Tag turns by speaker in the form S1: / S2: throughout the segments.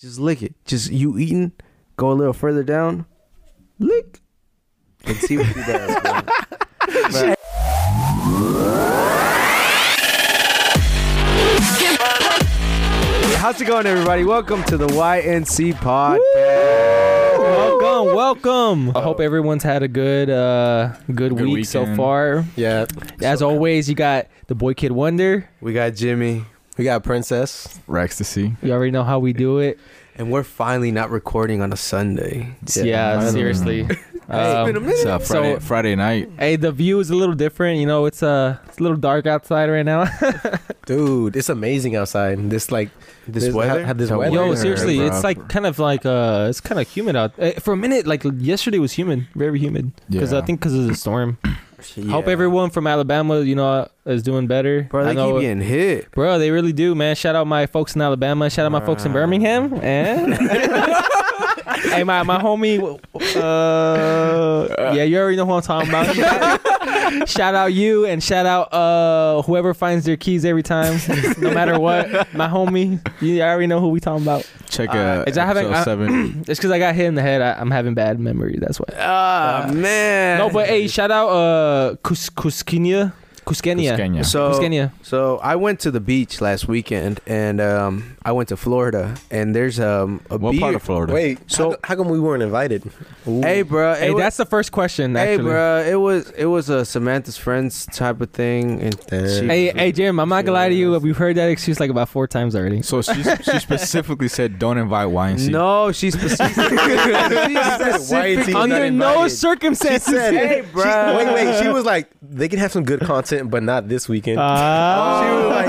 S1: Just lick it. Just you eating. Go a little further down. Lick. And see what he does. bro. Bro, How's it going, everybody? Welcome to the YNC pod.
S2: Welcome, welcome. I hope everyone's had a good uh good, week so
S3: weekend.
S2: far.
S4: Yeah,
S2: As always, you got the boy Kid Wonder.
S1: We got Jimmy,
S4: we got Princess.
S3: Rex to see.
S2: You already know how we do it.
S1: and we're finally not recording on a Sunday.
S2: Yeah, seriously. Um,
S3: It's uh, Friday,
S2: So-
S3: Friday night.
S2: hey, the view is a little different. You know, it's uh it's a little dark outside right now.
S4: Dude, it's amazing outside. This like
S1: This weather?
S4: have, have this
S3: The
S4: weather.
S2: Yo,
S3: weather,
S2: seriously,
S3: bro.
S2: it's like kind of like uh it's kind of humid out. eh, For a minute, like yesterday was humid, very humid. Because
S3: Yeah.
S2: I think because of the storm.
S1: Yeah.
S2: Hope everyone from Alabama, you know, is doing better.
S1: Bro,
S2: I
S1: they
S2: know-
S1: keep getting hit.
S2: Bro, they really do, man. Shout out my folks in Alabama. Shout out my folks in
S1: Wow.
S2: Birmingham. And hey, my, my homie. Uh, yeah, you already know who I'm talking about. shout out you and shout out uh, whoever finds their keys every time, no matter what. My homie, you already know who we talking about.
S3: Check
S2: uh,
S3: uh,
S2: is that having-
S3: episode
S2: uh,
S3: seven.
S2: It's because I got hit in the head. I, I'm having bad memory. That's why.
S1: Ah, man.
S2: No, but hey, shout out uh, Kus- Kuskenia. Kuskenia.
S3: Cusqueña.
S1: So,
S2: Kuskenia.
S1: So I went to the beach last weekend, and um, I went to Florida, and there's um, a
S3: what
S1: beer.
S3: part of Florida?
S4: Wait,
S1: So-
S4: so how, come we weren't invited? Ooh.
S1: Hey, bro.
S2: Hey,
S1: it wa-
S2: that's the first question.
S1: hey,
S2: Actually.
S1: bro. It was it was a Samantha's friends type of thing, and
S4: Damn.
S1: she-
S2: Hey, hey, Jim, I'm not gonna lie to you. We've heard that excuse like about four times already.
S3: So she she specifically said, "Don't invite YNC."
S1: no, she's specific. she's specific.
S4: She's not
S2: Under no
S4: invited.
S2: circumstances.
S4: She said-
S1: hey, bro.
S4: wait, wait. She was like, they can have some good content, but not this weekend.
S2: Uh, Oh.
S1: She was like,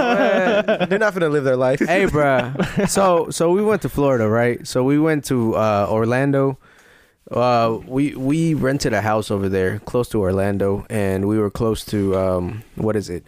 S1: man.
S4: They're not gonna live their life.
S1: Oh. hey, bruh. So, so we went to Florida, right? So we went to uh, Orlando. Uh, we we rented a house over there, close to Orlando, and we were close to um, what is it,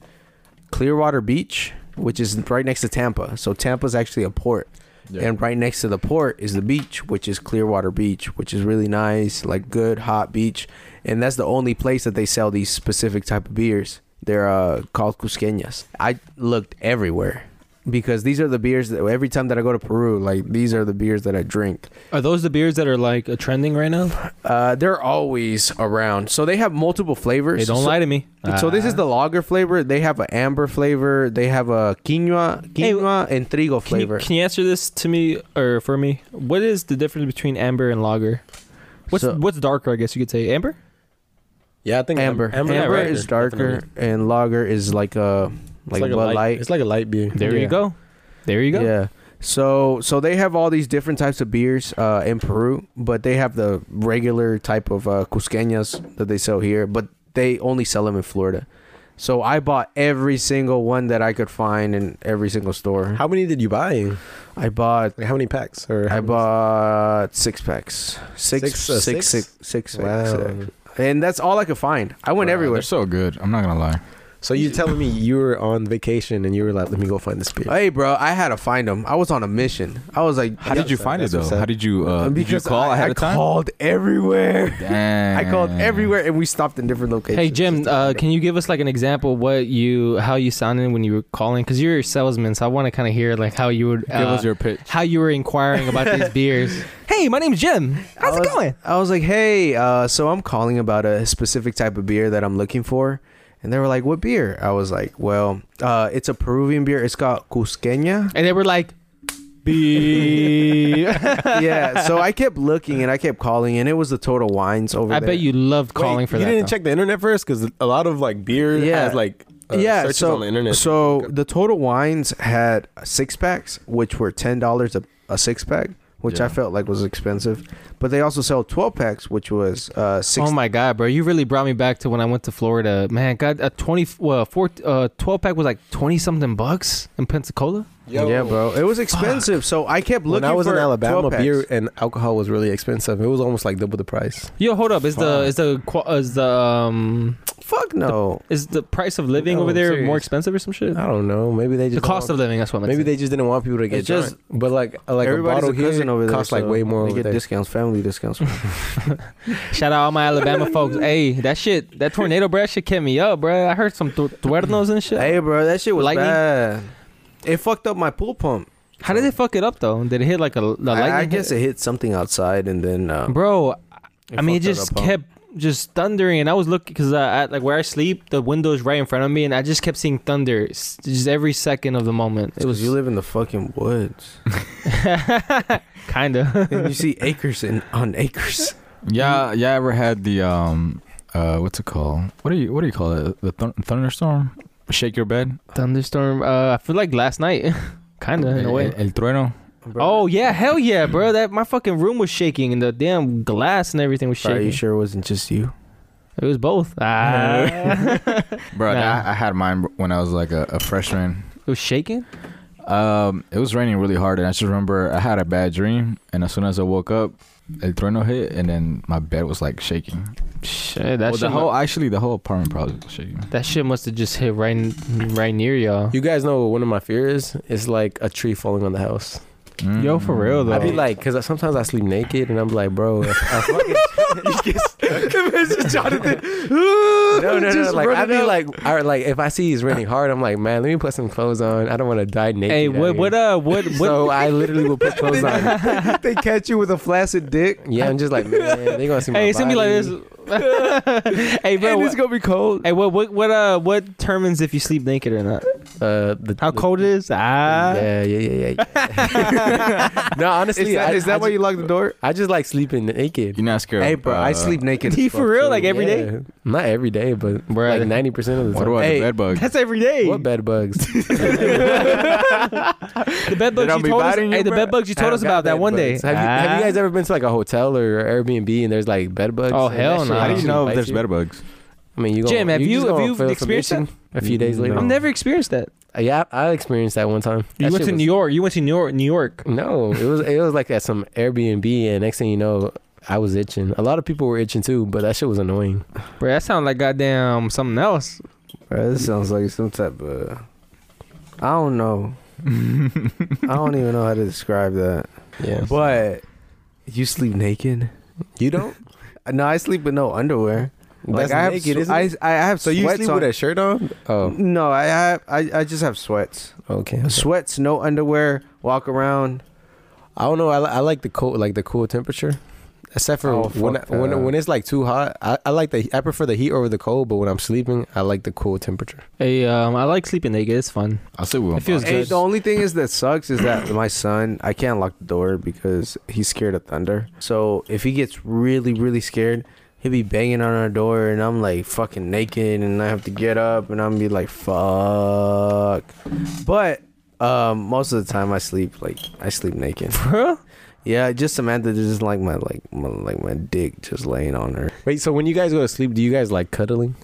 S1: Clearwater Beach, which is right next to Tampa. So Tampa's actually a port,
S3: Yeah.
S1: and right next to the port is the beach, which is Clearwater Beach, which is really nice, like good hot beach, and that's the only place that they sell these specific type of beers. They're uh, called Cusqueñas. I looked everywhere because these are the beers that every time that I go to Peru, like these are the beers that I drink.
S2: Are those the beers that are like trending right now?
S1: Uh, they're always around. So they have multiple flavors.
S2: Hey, don't
S1: so,
S2: lie to me.
S1: So this is the lager flavor. They have an amber flavor. They have a quinoa,
S2: Hey,
S1: quinoa and trigo
S2: can you,
S1: flavor.
S2: can you answer this to me or for me? What is the difference between amber and lager? What's
S1: So-
S2: what's darker? I guess you could say amber.
S4: yeah, I think
S1: amber. Amber,
S2: yeah, right.
S1: is darker, and lager is like a like,
S4: a
S1: Bud
S4: light,
S1: Light.
S4: It's like a light beer.
S2: There
S1: Yeah.
S2: you go. There you go.
S1: Yeah. So so they have all these different types of beers uh, in Peru, but they have the regular type of uh, cusqueñas that they sell here, but they only sell them in Florida. So I bought every single one that I could find in every single store.
S4: How many did you buy?
S1: I bought
S4: Like, how many packs? Or how
S1: I
S4: many-
S1: bought six packs. Six
S4: Six, uh,
S1: six,
S4: six?
S1: six- six packs.
S4: Wow.
S1: And that's all I could find. I went
S3: Wow,
S1: everywhere.
S3: They're so good. I'm not gonna lie.
S4: So you're telling me you were on vacation and you were like, let me go find this beer.
S1: Hey, bro, I had to find them. I was on a mission. I was like, Um,
S3: How did you find it
S4: that's
S3: though?
S4: what's up.
S3: How did you uh, did you
S1: Because
S3: call
S1: I
S3: ahead of time?
S1: called everywhere.
S3: Damn.
S1: I called everywhere and we stopped in different locations.
S2: Hey Jim, uh, can you give us like an example what you how you sounded when you were calling? Because you're a salesman, so I want to kind of hear like how you would
S3: Give us
S2: uh,
S3: your pitch.
S2: how you were inquiring about these beers. Hey, my name's Jim. How's
S1: I was,
S2: it going?
S1: I was like, hey, uh, so I'm calling about a specific type of beer that I'm looking for. And they were like, what beer? I was like, well, uh, it's a Peruvian beer. It's called Cusqueña.
S2: And they were like, "Be."
S1: yeah. So I kept looking and I kept calling, and it was the Total Wines over
S2: I
S1: there.
S2: bet you loved calling
S4: Wait,
S2: for
S4: you
S2: that.
S4: didn't
S2: though.
S4: check the internet first because a lot of like beer
S1: Yeah.
S4: has like uh,
S1: yeah,
S4: searches
S1: so
S4: on the internet.
S1: so the total wines had six packs, which were ten dollars a a six pack, which I
S3: Yeah.
S1: felt like was expensive. But they also sell twelve packs, which was uh six.
S2: Oh my god, bro! You really brought me back to when I went to Florida. Man, God, a twenty, well, four, uh, twelve pack was like twenty something bucks in Pensacola.
S4: Yo.
S1: yeah, bro, it was expensive. So I kept
S4: When
S1: looking.
S4: I was
S1: for
S4: in Alabama,
S1: 12 packs.
S4: beer and alcohol was really expensive. It was almost like double the price.
S2: Yo, hold up! Is the is the qua- is the um,
S1: Fuck no.
S2: is the price of living
S4: No,
S2: over there
S4: serious.
S2: more expensive or some shit?
S4: I don't know. Maybe they
S2: The
S4: just
S2: cost of living. That's what I meant.
S4: maybe
S2: to say.
S4: they just didn't want people to get
S1: It's just-
S4: drunk. But like uh, like a
S1: Everybody's
S4: bottle
S1: cousin
S4: here
S1: over there
S4: costs like
S1: so
S4: way more
S1: They
S4: over
S1: get
S4: there.
S1: discounts, family discounts.
S2: Shout out all my Alabama folks. Hey, that shit, that tornado, bro, that shit kept me up, bro. I heard some tu- tuernos and shit.
S1: hey, bro, that shit was
S2: Lightning?
S1: bad. It fucked up my pool pump.
S2: How did it fuck it up though? Did it hit like a, a lightning?
S1: I, I
S2: hit?
S1: guess it hit something outside and then. Uh,
S2: bro. I mean,
S1: fucked
S2: it
S1: that
S2: just
S1: up, huh?
S2: kept just thundering, and I was looking because I, I like where I sleep, the window's right in front of me, and I just kept seeing thunder s- just every second of the moment. It was
S1: you live in the fucking woods.
S2: kind of.
S1: and you see acres and on acres.
S3: Yeah, yeah. I ever had the um, uh, what's it called? What do you what do you call it? The thun- thunderstorm? Shake your bed?
S2: thunderstorm. Uh, I feel like last night, kind of in a
S3: El-
S2: way.
S3: El, el trueno.
S2: Oh yeah, hell yeah, bro! That my fucking room was shaking, and the damn glass and everything was
S1: Are
S2: shaking.
S1: you sure it wasn't just you?
S2: It was both. Ah.
S3: Bro,
S2: Nah.
S3: I, I had mine when I was like a, a freshman.
S2: it was shaking.
S3: Um, it was raining really hard, and I just remember I had a bad dream, and as soon as I woke up, el trueno hit, and then my bed was like shaking.
S2: Shit, that
S3: well,
S2: shit.
S3: the
S2: mu-
S3: whole actually the whole apartment probably was shaking.
S2: that shit must have just hit right, n- right near y'all.
S4: You guys know what one of my fears is? It's like a tree falling on the house.
S2: Yo,
S3: Mm.
S2: for real,
S4: I'd be
S2: Bro.
S4: like, because sometimes I sleep naked and I'm like, bro, if I fucking. no, no, no. Like, I'd be like, I, like, if I see it's raining hard, I'm like, man, let me put some clothes on. I don't want to die naked.
S2: Hey,
S4: out
S2: what,
S4: here."
S2: what, uh, what, what?
S4: so I literally will put clothes on.
S1: they catch you with a flaccid dick.
S4: Yeah, I'm just like, man, they gonna see my
S2: hey, it's gonna be like
S4: body."
S2: this. hey, bro.
S1: And
S2: what-
S1: it's gonna be cold.
S2: Hey, what, what, what, uh, what determines if you sleep naked or not?
S4: Uh, the,
S2: How
S4: the-
S2: cold it is? Ah.
S4: Yeah, yeah, yeah, yeah. no, honestly,
S1: Is that,
S4: I,
S1: is that
S4: I
S1: why
S4: ju-
S1: you lock the door?
S4: I just like sleeping naked.
S3: You're not scared.
S1: Hey, bro, I
S3: uh,
S1: sleep naked.
S2: He
S1: as fuck,
S2: for real?
S1: too.
S2: Like every day?
S4: Not every day, but
S2: Bruh.
S4: like ninety percent of the
S3: What
S4: time.
S3: about
S1: Hey,
S3: the bed bug?
S2: That's every day.
S4: what bed bugs?
S2: the bed bugs
S3: don't
S2: you
S3: be
S2: told us.
S3: biting you,
S2: Hey, the
S3: bro.
S2: bed bugs you
S4: I
S2: told
S4: don't
S2: us
S4: got
S2: about that
S4: bed
S2: one
S4: bugs.
S2: day.
S4: Have you, have you
S2: Ah.
S4: guys ever been to like a hotel or Airbnb and there's like bed bugs?
S2: Oh,
S4: and that
S2: hell
S4: shit
S2: no.
S3: How do you
S4: actually
S3: know if
S4: bites
S3: there's
S4: you?
S3: bed bugs?
S4: I mean, you gonna,
S2: Jim, have
S4: you
S2: you-
S4: just
S2: have
S4: gonna
S2: you
S4: feel some
S2: experienced
S4: itching A few days later.
S2: I've
S1: No.
S2: never experienced that.
S4: Uh, Yeah, I I experienced that one time.
S2: You
S4: That
S2: went
S4: shit
S2: to
S4: was-
S2: New York. You went to New York. New York.
S4: No, it was it was like at some Airbnb, and next thing you know, I was itching. A lot of people were itching too, but that shit was annoying.
S2: Bro, that sounds like goddamn something else.
S1: Bro, this sounds like some type of. I don't know. I don't even know how to describe that.
S4: Yeah,
S1: But you sleep naked?
S4: you don't.
S1: No, I sleep with no underwear. Like
S4: That's
S1: I have,
S4: naked,
S1: sw-
S4: isn't
S1: I,
S4: it?
S1: I have
S4: So you
S1: sweats
S4: sleep
S1: on.
S4: with a shirt on? Oh,
S1: No, I have. I, I just have sweats.
S4: okay.
S1: Sweats, no underwear. Walk around.
S4: I don't know. I, li- I like the cool, like the cool temperature. Except for
S1: Oh,
S4: when
S1: fuck
S4: I- when
S1: that.
S4: when it's like too hot, I, I like the I prefer the heat over the cold. But when I'm sleeping, I like the cool temperature.
S2: Hey, um, I like sleeping naked. It's fun.
S3: I sleep with.
S2: It feels
S1: Hey,
S2: good.
S1: the only thing is that sucks is that my son, I can't lock the door because he's scared of thunder. So if he gets really, really scared, he'll be banging on our door, and I'm like fucking naked, and I have to get up, and I'm be like, fuck. But um, most of the time, I sleep like I sleep naked.
S2: Bro,
S1: Yeah, just Samantha doesn't like my like my, like my dick just laying on her.
S4: Wait, so when you guys go to sleep, do you guys like cuddling?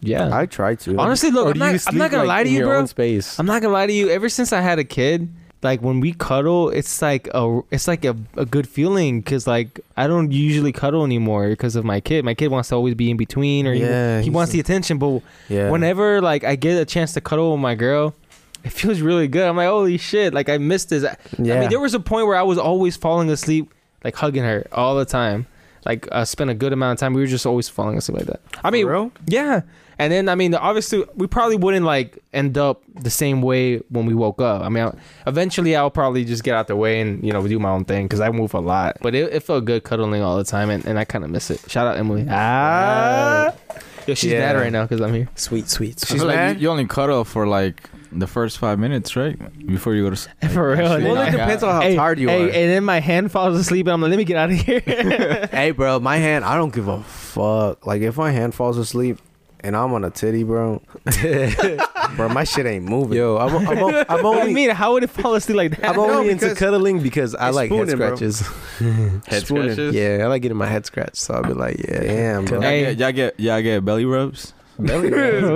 S2: yeah.
S1: I try to.
S2: Honestly, look,
S4: Or
S2: I'm
S4: do
S2: not, I'm not gonna
S4: like,
S2: lie to
S4: in
S2: you,
S4: your
S2: bro.
S4: Own space.
S2: I'm not gonna lie to you. Ever since I had a kid, like when we cuddle, it's like a it's like a, a good feeling because like I don't usually cuddle anymore because of my kid. My kid wants to always be in between or he-
S1: Yeah,
S2: he,
S1: he's
S2: wants
S1: a-
S2: the attention. But
S1: yeah.
S2: whenever like I get a chance to cuddle with my girl, it feels really good. I'm like, holy shit! Like I missed this. I- I mean, there was a point where I was always falling asleep, like hugging her all the time. Like I spent a good amount of time. We were just always falling asleep like that. I mean, yeah. And then I mean, obviously, we probably wouldn't like end up the same way when we woke up. I mean, I, eventually, I'll probably just get out the way and you know do my own thing because I move a lot. But it, it felt good cuddling all the time, and, and I kind of miss it. Shout out Emily. Ah, yo, she's
S1: Yeah.
S2: mad right now because I'm here.
S4: Sweet, sweet.
S3: She's
S1: She's
S3: like,
S1: mad?
S3: You, you only cuddle for like the first five minutes, right? Before you go to sleep.
S2: For real,
S1: Well, it
S2: Like,
S1: depends on how
S2: Hey,
S1: tired you
S2: hey,
S1: are.
S2: and then my hand falls asleep, and I'm like, let me get out of here.
S1: Hey, bro, my hand, I don't give a fuck. Like, if my hand falls asleep and I'm on a titty, bro, bro, my shit ain't moving.
S4: Yo, I'm, I'm, I'm, I'm
S2: what do
S4: only
S2: you mean? How would it fall asleep like that?
S4: I'm
S1: No,
S4: only into
S1: because
S4: cuddling because I
S1: it's
S4: like head
S1: spooning, bro.
S4: scratches.
S3: Head
S1: Swooning.
S3: scratches.
S4: Yeah, I like getting my head scratched, so I'll be like, yeah,
S1: Damn, bro.
S3: Y'all,
S2: Hey.
S3: get, y'all get y'all get belly rubs.
S4: Belly rubs,
S2: Ooh,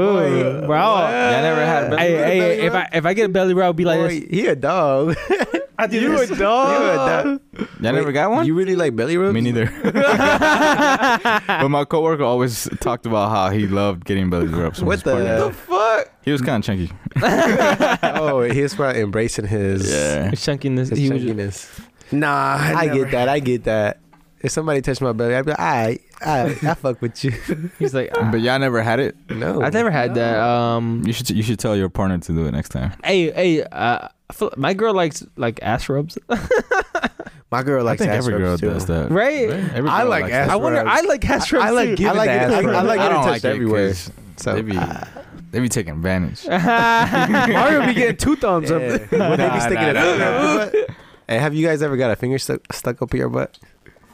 S4: boy.
S2: bro.
S3: I never had belly
S2: Hey,
S3: rub.
S2: hey,
S4: Belly
S2: if
S4: rub?
S2: I if I get a belly rub, I'll be like this.
S4: Boy, he a dog.
S2: I do you this.
S4: dog.
S3: Y'all never got one?
S4: You really like belly rubs?
S3: Me neither. but my coworker always talked about how he loved getting belly rubs. from
S4: What
S3: his partner.
S4: the?
S3: He was kind of chunky.
S4: oh, he's probably embracing his,
S2: Chunkiness.
S4: his
S2: He was
S4: chunkiness.
S1: Nah,
S4: I,
S1: I,
S4: get that. I get that. If somebody touched my belly, I'd be like, I, I, I fuck with you.
S2: he's like, "Ah."
S3: But y'all never had it.
S4: No,
S2: I've never had that. Um,
S3: You should you should tell your partner to do it next time.
S2: hey, hey, uh, I feel, my girl likes like ass rubs,
S1: My girl likes
S3: I think
S1: ass
S3: every girl
S1: rubs too.
S3: does that.
S2: right?
S3: Every
S1: I
S3: girl
S1: like
S3: likes
S1: ass
S2: I
S3: that.
S2: wonder.
S1: rubs.
S2: I like ass rubs
S1: I like
S2: too.
S1: giving
S4: like
S1: the
S4: it-
S1: ass
S4: I- I
S1: rubs.
S3: I
S4: like getting
S3: don't
S4: touched
S3: like it
S4: everywhere,
S3: 'cause
S4: so- uh,
S3: they be they be taking advantage.
S1: Mario be getting two thumbs up.
S4: Yeah. When they
S3: Nah,
S4: be sticking
S3: nah,
S4: a
S3: nah,
S4: finger
S3: nah.
S4: up your butt. Hey, have you guys ever got a finger stuck, stuck up your butt?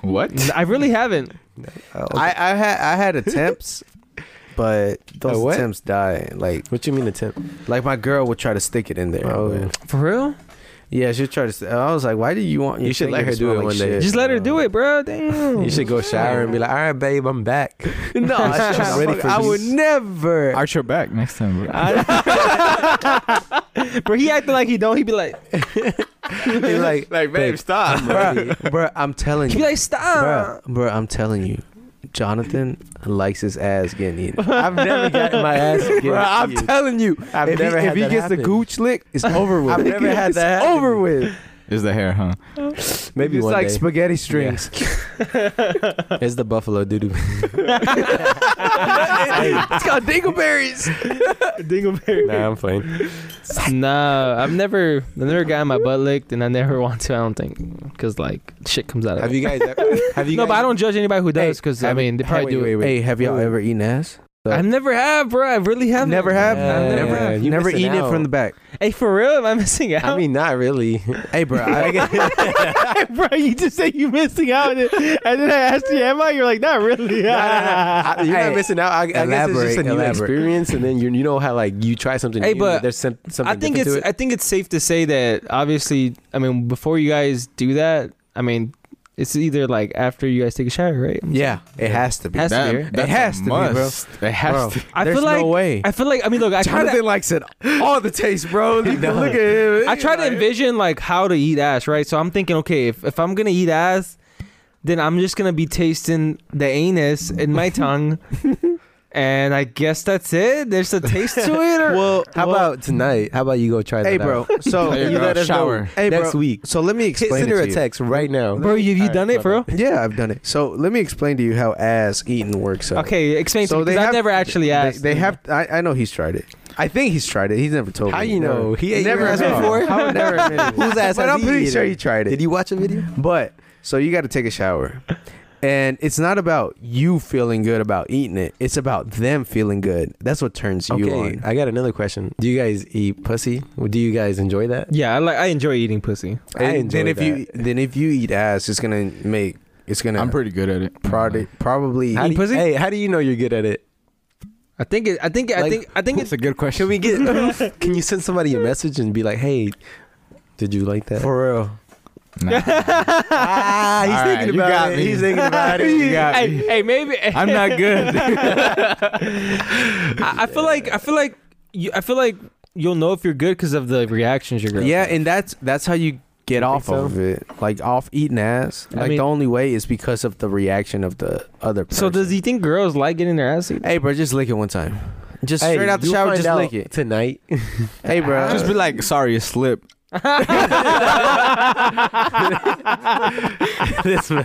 S3: What?
S2: I really haven't.
S4: Oh, okay.
S1: I, I had I had attempts, but those
S4: what?
S1: attempts die. Like
S4: what you mean attempt?
S1: like my girl would try to stick it in there.
S4: Oh.
S1: but-
S2: For real?
S1: yeah, she'd try to. st- I was like, why do you want? Your
S4: You should let
S1: finger
S4: her
S1: to
S4: do
S1: smell
S4: it one
S1: like
S4: day.
S1: shit?
S2: Just let her do it, bro. Damn.
S4: You should go shower and be like, all right, babe, I'm back.
S1: No,
S4: Just
S1: shut the
S4: ready
S1: fuck-
S4: for
S1: I
S4: this.
S1: would never.
S3: Arch your back next time. Bro.
S2: I- bro, he acting like he don't. He be like,
S4: You're like,
S3: like,
S4: babe,
S3: stop.
S4: I'm ready.
S1: bro, bro, I'm telling
S2: he be
S1: you,
S2: like, stop.
S1: bro, bro, I'm telling you, Jonathan likes his ass getting eaten.
S4: I've never gotten my ass. kicked.
S1: Bro, I'm telling you,
S4: I've
S1: if
S4: never
S1: he,
S4: had
S1: if he
S4: that
S1: gets the
S4: happen.
S1: gooch lick, it's over with.
S4: I've never had
S1: It's
S4: that happen.
S1: over with.
S3: Is the hair, huh?
S4: Maybe
S1: it's
S4: one
S1: like
S4: day.
S1: spaghetti strings.
S4: It's the buffalo doo doo.
S1: it's called dingleberries.
S2: Dingleberry.
S4: nah, I'm playing.
S2: Nah, I've never, I've never gotten my butt licked, and I never want to. I don't think, cause like shit comes out of
S4: Have
S2: it.
S4: you guys? Ever, have you?
S2: no,
S4: guys,
S2: but I don't judge anybody who does,
S1: Hey,
S2: cause I
S1: have-
S2: mean, they probably
S1: wait,
S2: do
S1: wait,
S2: it.
S1: wait. Hey, have y'all
S4: Wait, wait.
S1: ever eaten ass?
S2: I never have, bro. I really haven't.
S1: Never have.
S4: Yeah,
S1: I've never
S4: yeah,
S1: have.
S4: you
S1: never
S4: missing
S1: eaten it
S4: out.
S1: from the back.
S2: Hey, for real? Am I missing out?
S4: I mean, not really.
S1: Hey, bro. I,
S2: bro, you just say you missing out, and then I asked you, "Am I?" You're like, "Not really."
S4: I, you're
S1: Hey,
S4: not missing out. I, I guess it's just
S1: elaborate,
S4: a new
S1: elaborate.
S4: experience, and then you you know how like you try something.
S2: Hey,
S4: new,
S2: but
S4: there's some, something
S2: I think
S4: different
S2: it's
S4: to it.
S2: I think it's safe to say that obviously I mean before you guys do that I mean it's either like after you guys take a shower right
S1: yeah, it has to be.
S2: Has to
S3: That-
S2: be, right?
S3: that's
S1: It has
S3: a
S1: to be, bro.
S3: must. It has
S1: Bro,
S3: to.
S2: I
S1: there's
S2: feel like
S1: no way.
S2: I feel like I mean look I try
S1: Jonathan
S2: to
S1: likes it all the taste, bro. Look look at him.
S2: I try to envision like how to eat ass right so I'm thinking okay if, if I'm gonna eat ass then I'm just gonna be tasting the anus in my tongue and I guess that's it there's a taste to it or
S1: Well,
S4: How about tonight? How about you go try that?
S1: Hey, bro.
S4: out?
S1: So
S3: There you
S1: you
S3: go.
S1: let us
S3: Shower.
S1: know. Hey, bro.
S4: Next week.
S1: So let me explain
S4: Send
S1: it
S4: her
S1: to
S4: a
S1: you.
S4: text right now.
S2: bro have you
S4: Alright,
S2: done it for
S4: my
S2: real
S1: Yeah, I've done it. So let me explain to you how ass eating works. out.
S2: okay explain
S1: So
S2: to me
S1: they
S2: 'cause I've
S1: have-
S2: never actually
S1: They,
S2: asked
S1: they have. I, I know he's tried it. I think he's tried it. He's never told
S4: How
S1: me.
S4: you know?
S1: Never.
S4: He ate
S1: never
S4: your ass
S1: admitted.
S4: before?
S1: I would never admit it.
S4: Whose ass
S1: But
S4: has
S1: I'm
S4: he
S1: pretty
S4: eaten?
S1: sure he tried it.
S4: Did you watch a video?
S1: But so you got to take a shower. And it's not about you feeling good about eating it. It's about them feeling good. That's what turns you
S4: Okay,
S1: on.
S4: I got another question. Do you guys eat pussy? Do you guys enjoy that?
S2: yeah I like I enjoy eating pussy
S4: I
S1: And
S4: enjoy
S1: then if you then if you eat ass, it's gonna make it's gonna
S3: I'm pretty good at it.
S1: prod- probably
S4: How do you,
S2: pussy?
S4: Hey, how do you know you're good at it?
S2: I think it, I think I
S4: Like,
S2: think I think
S3: It's
S2: it's
S3: a good question.
S4: Can we get? can you send somebody a message and be like, "Hey, did you like that?"
S1: for real.
S3: Nah.
S4: ah, he's
S3: All right,
S4: thinking
S3: you
S4: about
S3: got
S4: it.
S3: me.
S4: He's thinking about it.
S3: You got
S2: hey,
S3: me.
S2: hey, maybe
S3: I'm not good.
S2: I, I feel like I feel like you, I feel like you'll know if you're good because of the reactions you're gonna.
S1: Yeah, and that's that's how you get off
S4: so?
S1: of it. Like off eating ass.
S2: I
S1: Like
S2: mean-
S1: the only way is because of the reaction of the other person.
S2: So does he think girls like getting their ass eaten?
S1: Hey bro, just lick it one time. Just
S4: Hey,
S1: straight out the
S4: you'll
S1: shower,
S4: find
S1: just
S4: out
S1: lick it.
S4: tonight.
S1: Hey bro.
S3: Just be like, sorry, it slipped.
S4: this man.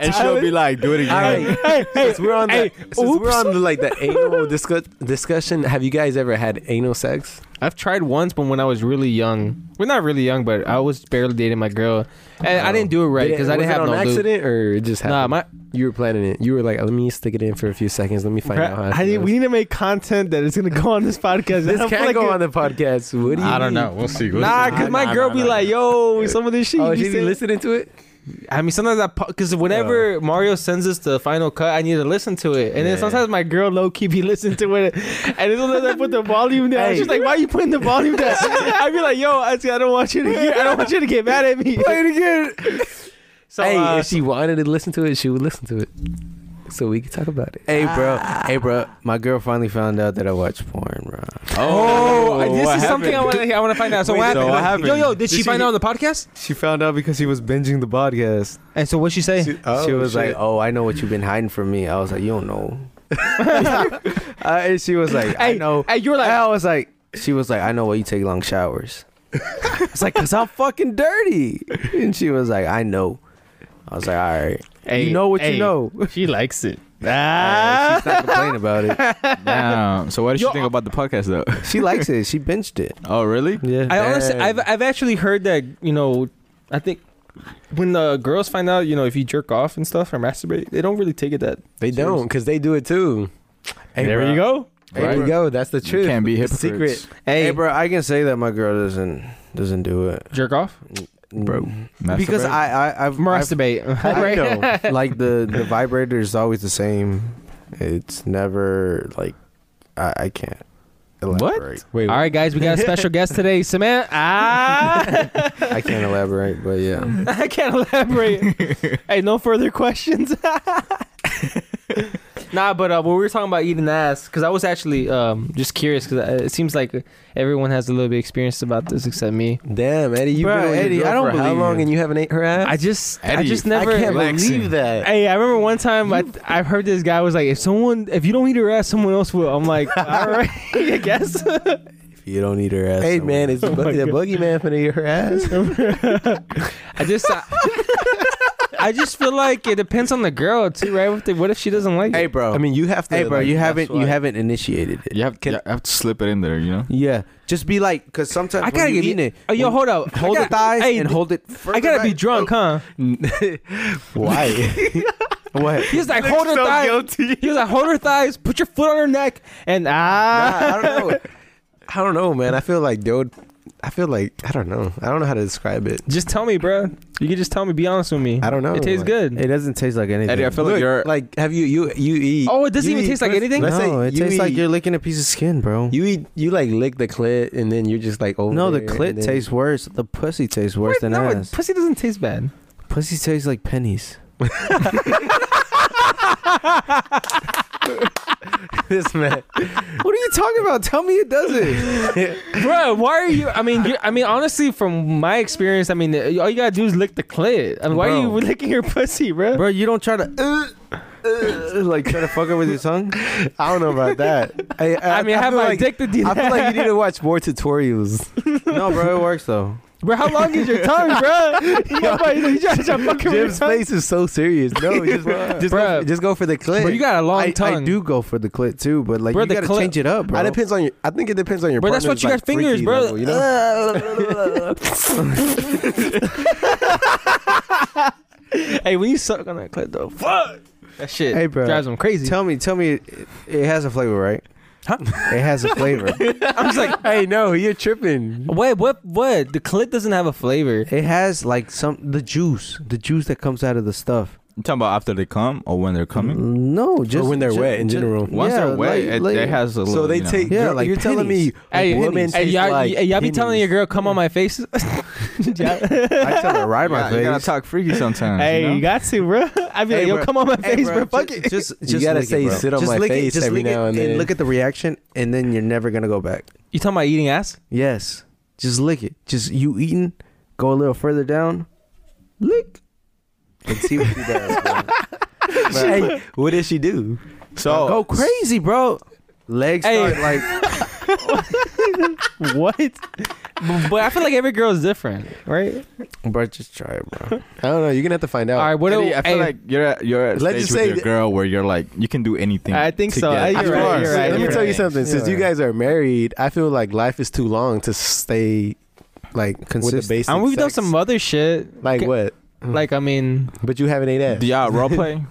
S3: and she'll be like, do it
S4: All
S3: again.
S4: right. since we're on the,
S2: hey,
S4: since we're on the, like the anal discuss, discussion, have you guys ever had anal sex?
S2: I've tried once, but when I was really young, well, not really young, but I was barely dating my girl, and I didn't do it right
S4: Did it-
S2: because I
S4: was
S2: didn't
S4: it
S2: have
S4: on
S2: no lube.
S4: accident or it just
S2: Nah,
S4: happened.
S2: my
S4: you were planning it. You were like, let me stick it in for a few seconds. Let me find out. How it
S2: I need,
S4: feels."
S2: we need to make content that is gonna go on this podcast.
S4: this
S2: I feel
S4: can't
S2: like
S4: go
S2: it-
S4: on the podcast. What do you?
S3: I don't
S4: mean?
S3: know. We'll see. We'll
S2: Nah,
S3: see.
S2: cause my
S4: Nah,
S2: girl
S4: nah,
S2: be
S4: nah.
S2: like, "Yo, some of this shit."
S4: Oh,
S2: you be
S4: she be
S2: saying-
S4: listening to it.
S2: I mean, sometimes I because whenever Mario sends us the final cut, I need to listen to it, and then
S4: Yeah.
S2: sometimes my girl low key be listening to it, and then sometimes I put the volume down.
S4: Hey.
S2: She's like, "Why you putting the volume down?" I be like, "Yo, I, see, I don't want you to hear. I don't want you to get mad at me."
S4: it again.
S2: So,
S4: hey,
S2: uh,
S4: if she wanted to listen to it, she would listen to it. So we could talk about it.
S1: Hey bro, hey bro, my girl finally found out that I watch porn, bro.
S2: oh, I- this
S3: what
S2: is something I
S3: happened?
S2: want to. I want to find out. So
S3: Wait,
S2: what happened?
S3: so what happened?
S2: Yo, yo, did, she,
S1: she-
S2: find out on the podcast?
S1: She found out because he was binging the podcast.
S2: And Eh, so what she say?
S1: she was like, "Oh, I know what you've been hiding from me." I was like, "You don't know." uh, and she was like, "I
S2: Hey,
S1: know."
S2: hey, you were like-
S1: And I was like, she was like, "I know why you take long showers." It's like, "Cause I'm fucking dirty," and she was like, "I know." I was like, "All right, you know what you know."
S2: She likes it.
S1: Uh, she's not complaining about it.
S3: Damn. So what did
S2: Yo,
S3: you think about the podcast though?
S1: She likes it. She benched it.
S3: Oh really?
S1: Yeah.
S2: I honestly,
S4: Dang.
S2: I've I've actually heard that you know, I think when the girls find out, you know, if you jerk off and stuff or masturbate, they don't really take it that.
S4: They don't, because they do it too. Hey,
S2: there
S4: bro.
S2: you go.
S4: There
S3: Right.
S4: you go. That's the
S3: You
S4: truth.
S3: can't be
S4: The
S3: hypocrites.
S4: secret.
S1: Hey,
S2: Hey,
S1: bro, I can say that my girl doesn't doesn't do it,
S2: jerk off,
S1: bro,
S3: Masturbate?
S1: because I, I I've, I've
S2: masturbate.
S1: I
S2: Right?
S1: know. like the the vibrator is always the same. It's never like I, I can't.
S3: What?
S1: Elaborate.
S4: Wait,
S2: All right, guys, we got a special guest today, Samantha. Ah,
S1: I can't elaborate, but yeah.
S2: I can't elaborate. hey, no further questions. nah, but uh, when we were talking about eating ass, because I was actually um, just curious, because it seems like everyone has a little bit of experience about this except me.
S4: damn, Eddie, you've
S1: Bro,
S4: been with
S1: Eddie,
S4: your
S1: I
S4: girl
S1: don't
S4: for how
S1: believe
S4: long
S1: you.
S4: and you haven't ate her ass?
S2: I just, I
S3: Eddie,
S2: just
S3: I
S2: never.
S4: I can't
S3: relaxing.
S4: believe that.
S2: Hey, I remember one time I I heard this guy was like, if someone if you don't eat her ass, someone else will. I'm like, all right, I guess.
S1: If you don't eat her ass.
S4: Hey
S1: I'm-
S4: man, is the
S2: my
S4: boogie the
S1: Oh
S2: God.
S4: boogeyman finna eat her ass?
S2: I just I, I just feel like it depends on the girl too, right? What if, what if she doesn't like
S1: hey,
S2: it?
S1: bro.
S4: I mean, you have to.
S1: hey, bro.
S4: like,
S1: you
S4: that's
S1: haven't you
S4: why-
S1: haven't initiated it.
S3: you have,
S1: Can-
S3: you have to slip it in there, you know.
S1: Yeah, just be like, cause sometimes
S2: I
S1: when
S2: gotta
S1: you
S2: get
S1: eating it.
S2: Oh, yo,
S1: when-
S2: hold up,
S1: hold
S2: I
S1: the
S2: got-
S1: thighs
S2: hey,
S1: and hold it.
S2: I gotta be drunk, huh?
S4: Why?
S1: What?
S2: He's like, hold her thighs. He was like, hold her thighs, put your foot on her neck, and ah.
S4: I don't know. Uh, I don't know, man. I feel like dude. I feel like I don't know. I don't know how to describe it.
S2: Just tell me, bro. You can just tell me. Be honest with me.
S4: I don't know.
S2: It tastes
S4: Like,
S2: good.
S1: It doesn't taste like anything.
S3: Eddie, I feel like
S4: Look,
S3: you're.
S4: like have you you you eat?
S2: oh, it doesn't
S4: you
S2: even
S4: eat-
S2: taste like anything.
S4: let's say
S1: no, it
S4: you
S1: tastes like
S4: eat-
S1: you're licking a piece of skin, bro.
S4: You eat you like lick the clit and then you're just like over.
S1: no, the
S4: there,
S1: clit
S4: and then-
S1: tastes worse. The pussy tastes worse than
S2: no,
S1: ass.
S2: pussy doesn't taste bad.
S1: Pussy tastes like pennies.
S4: this man.
S1: What are you talking about? Tell me it doesn't.
S2: Bro, why are you? I mean, you I mean, honestly, from my experience, I mean, all you gotta do is lick the clit. I mean, why are you
S1: Bro.
S2: licking your pussy, bro?
S1: Bro, you don't try to uh, uh, like try to fuck it with your tongue.
S4: I don't know about that. I,
S2: I, mean, I, have
S4: feel
S2: my
S4: like,
S2: dick to do
S4: I
S2: that.
S4: feel like you need to watch more tutorials.
S1: No, bro, it works though.
S2: bro, how long is your tongue, bro? you gotta- you gotta fucking
S4: Jim's
S2: tongue.
S4: face is so serious. No, just, just, go,
S2: Bruh.
S4: just go for the clit.
S2: Bro, you got a long
S1: I,
S2: tongue.
S1: I do go for the clit too, but like
S2: Bro,
S1: you
S2: the
S1: gotta
S2: clit-
S1: change it up, bro.
S4: It depends on your. I think it depends on your.
S2: Bro, that's what
S4: partner's,
S2: you got
S4: like,
S2: fingers, Ah.
S4: freaky
S2: bro.
S4: level, you know?
S2: hey, when you suck on that clit, though, fuck that shit.
S1: Hey, bro.
S2: drives them crazy.
S1: Tell me, tell me, it, it has a flavor, right?
S2: Huh?
S1: It has a flavor.
S2: I'm just like,
S4: hey, no, you're tripping.
S2: wait, what? What? The clit doesn't have a flavor.
S1: it has like some the juice, the juice that comes out of the stuff.
S3: You talking about after they come or when they're coming?
S1: No, just
S4: when they're
S1: ju-
S4: wet in
S1: ju-
S4: general.
S3: Once
S1: Mm, yeah,
S3: they're wet,
S1: like-
S3: it,
S1: like-
S3: it has a little.
S4: So they
S3: you know.
S4: take.
S1: Yeah,
S4: you're-
S1: like
S4: you're telling me.
S2: Hey,
S4: women
S2: hey,
S4: taste
S2: y'all,
S4: like
S2: hey, y'all be
S4: pennies.
S2: telling your girl, come on my face.
S1: I tell her ride my
S3: Yeah, you gotta
S1: face.
S3: talk freaky sometimes.
S2: Hey,
S3: you know?
S2: you got to, bro. I be
S1: Hey,
S2: like, yo,
S1: bro.
S2: come on my face, bro. Fuck
S1: ju-
S2: it.
S1: Just, just
S4: You gotta
S1: lick it,
S4: say,
S1: bro.
S4: sit on
S1: Just
S4: my
S1: lick it,
S4: face
S1: just
S4: every
S1: lick it,
S4: now and then.
S1: look at the reaction, and then you're never gonna go back.
S2: You talking about eating ass?
S1: Yes, just lick it. Just you eating. Go a little further down, lick, and see what you got.
S4: Hey, what did she do? Oh.
S3: so
S1: Go crazy, bro. Legs
S2: Hey.
S1: start like
S2: what? but I feel like every girl is different, right?
S1: bro. Just try it, bro.
S4: I don't know. You're gonna have to find out.
S2: All right, what do
S3: Eddie, I feel
S2: hey,
S3: like you're at, you're at a
S4: Let's
S3: stage
S4: just
S3: with
S4: say
S3: your
S4: that-
S3: girl where you're like you can do anything.
S2: I think so.
S3: together.
S2: I- you're
S3: You
S2: right,
S3: are.
S2: you're right,
S4: Let
S2: you're
S4: me tell you
S2: right.
S4: something. Since you
S1: You're right.
S4: guys are married, I feel like life is too long to stay like consistent. With
S1: Consistent.
S4: the basic
S2: and we've done
S4: sex.
S2: some other shit.
S4: like
S2: Ca-
S4: what?
S1: Mm.
S2: Like I mean,
S4: But you haven't ate ass.
S3: Do y'all role play?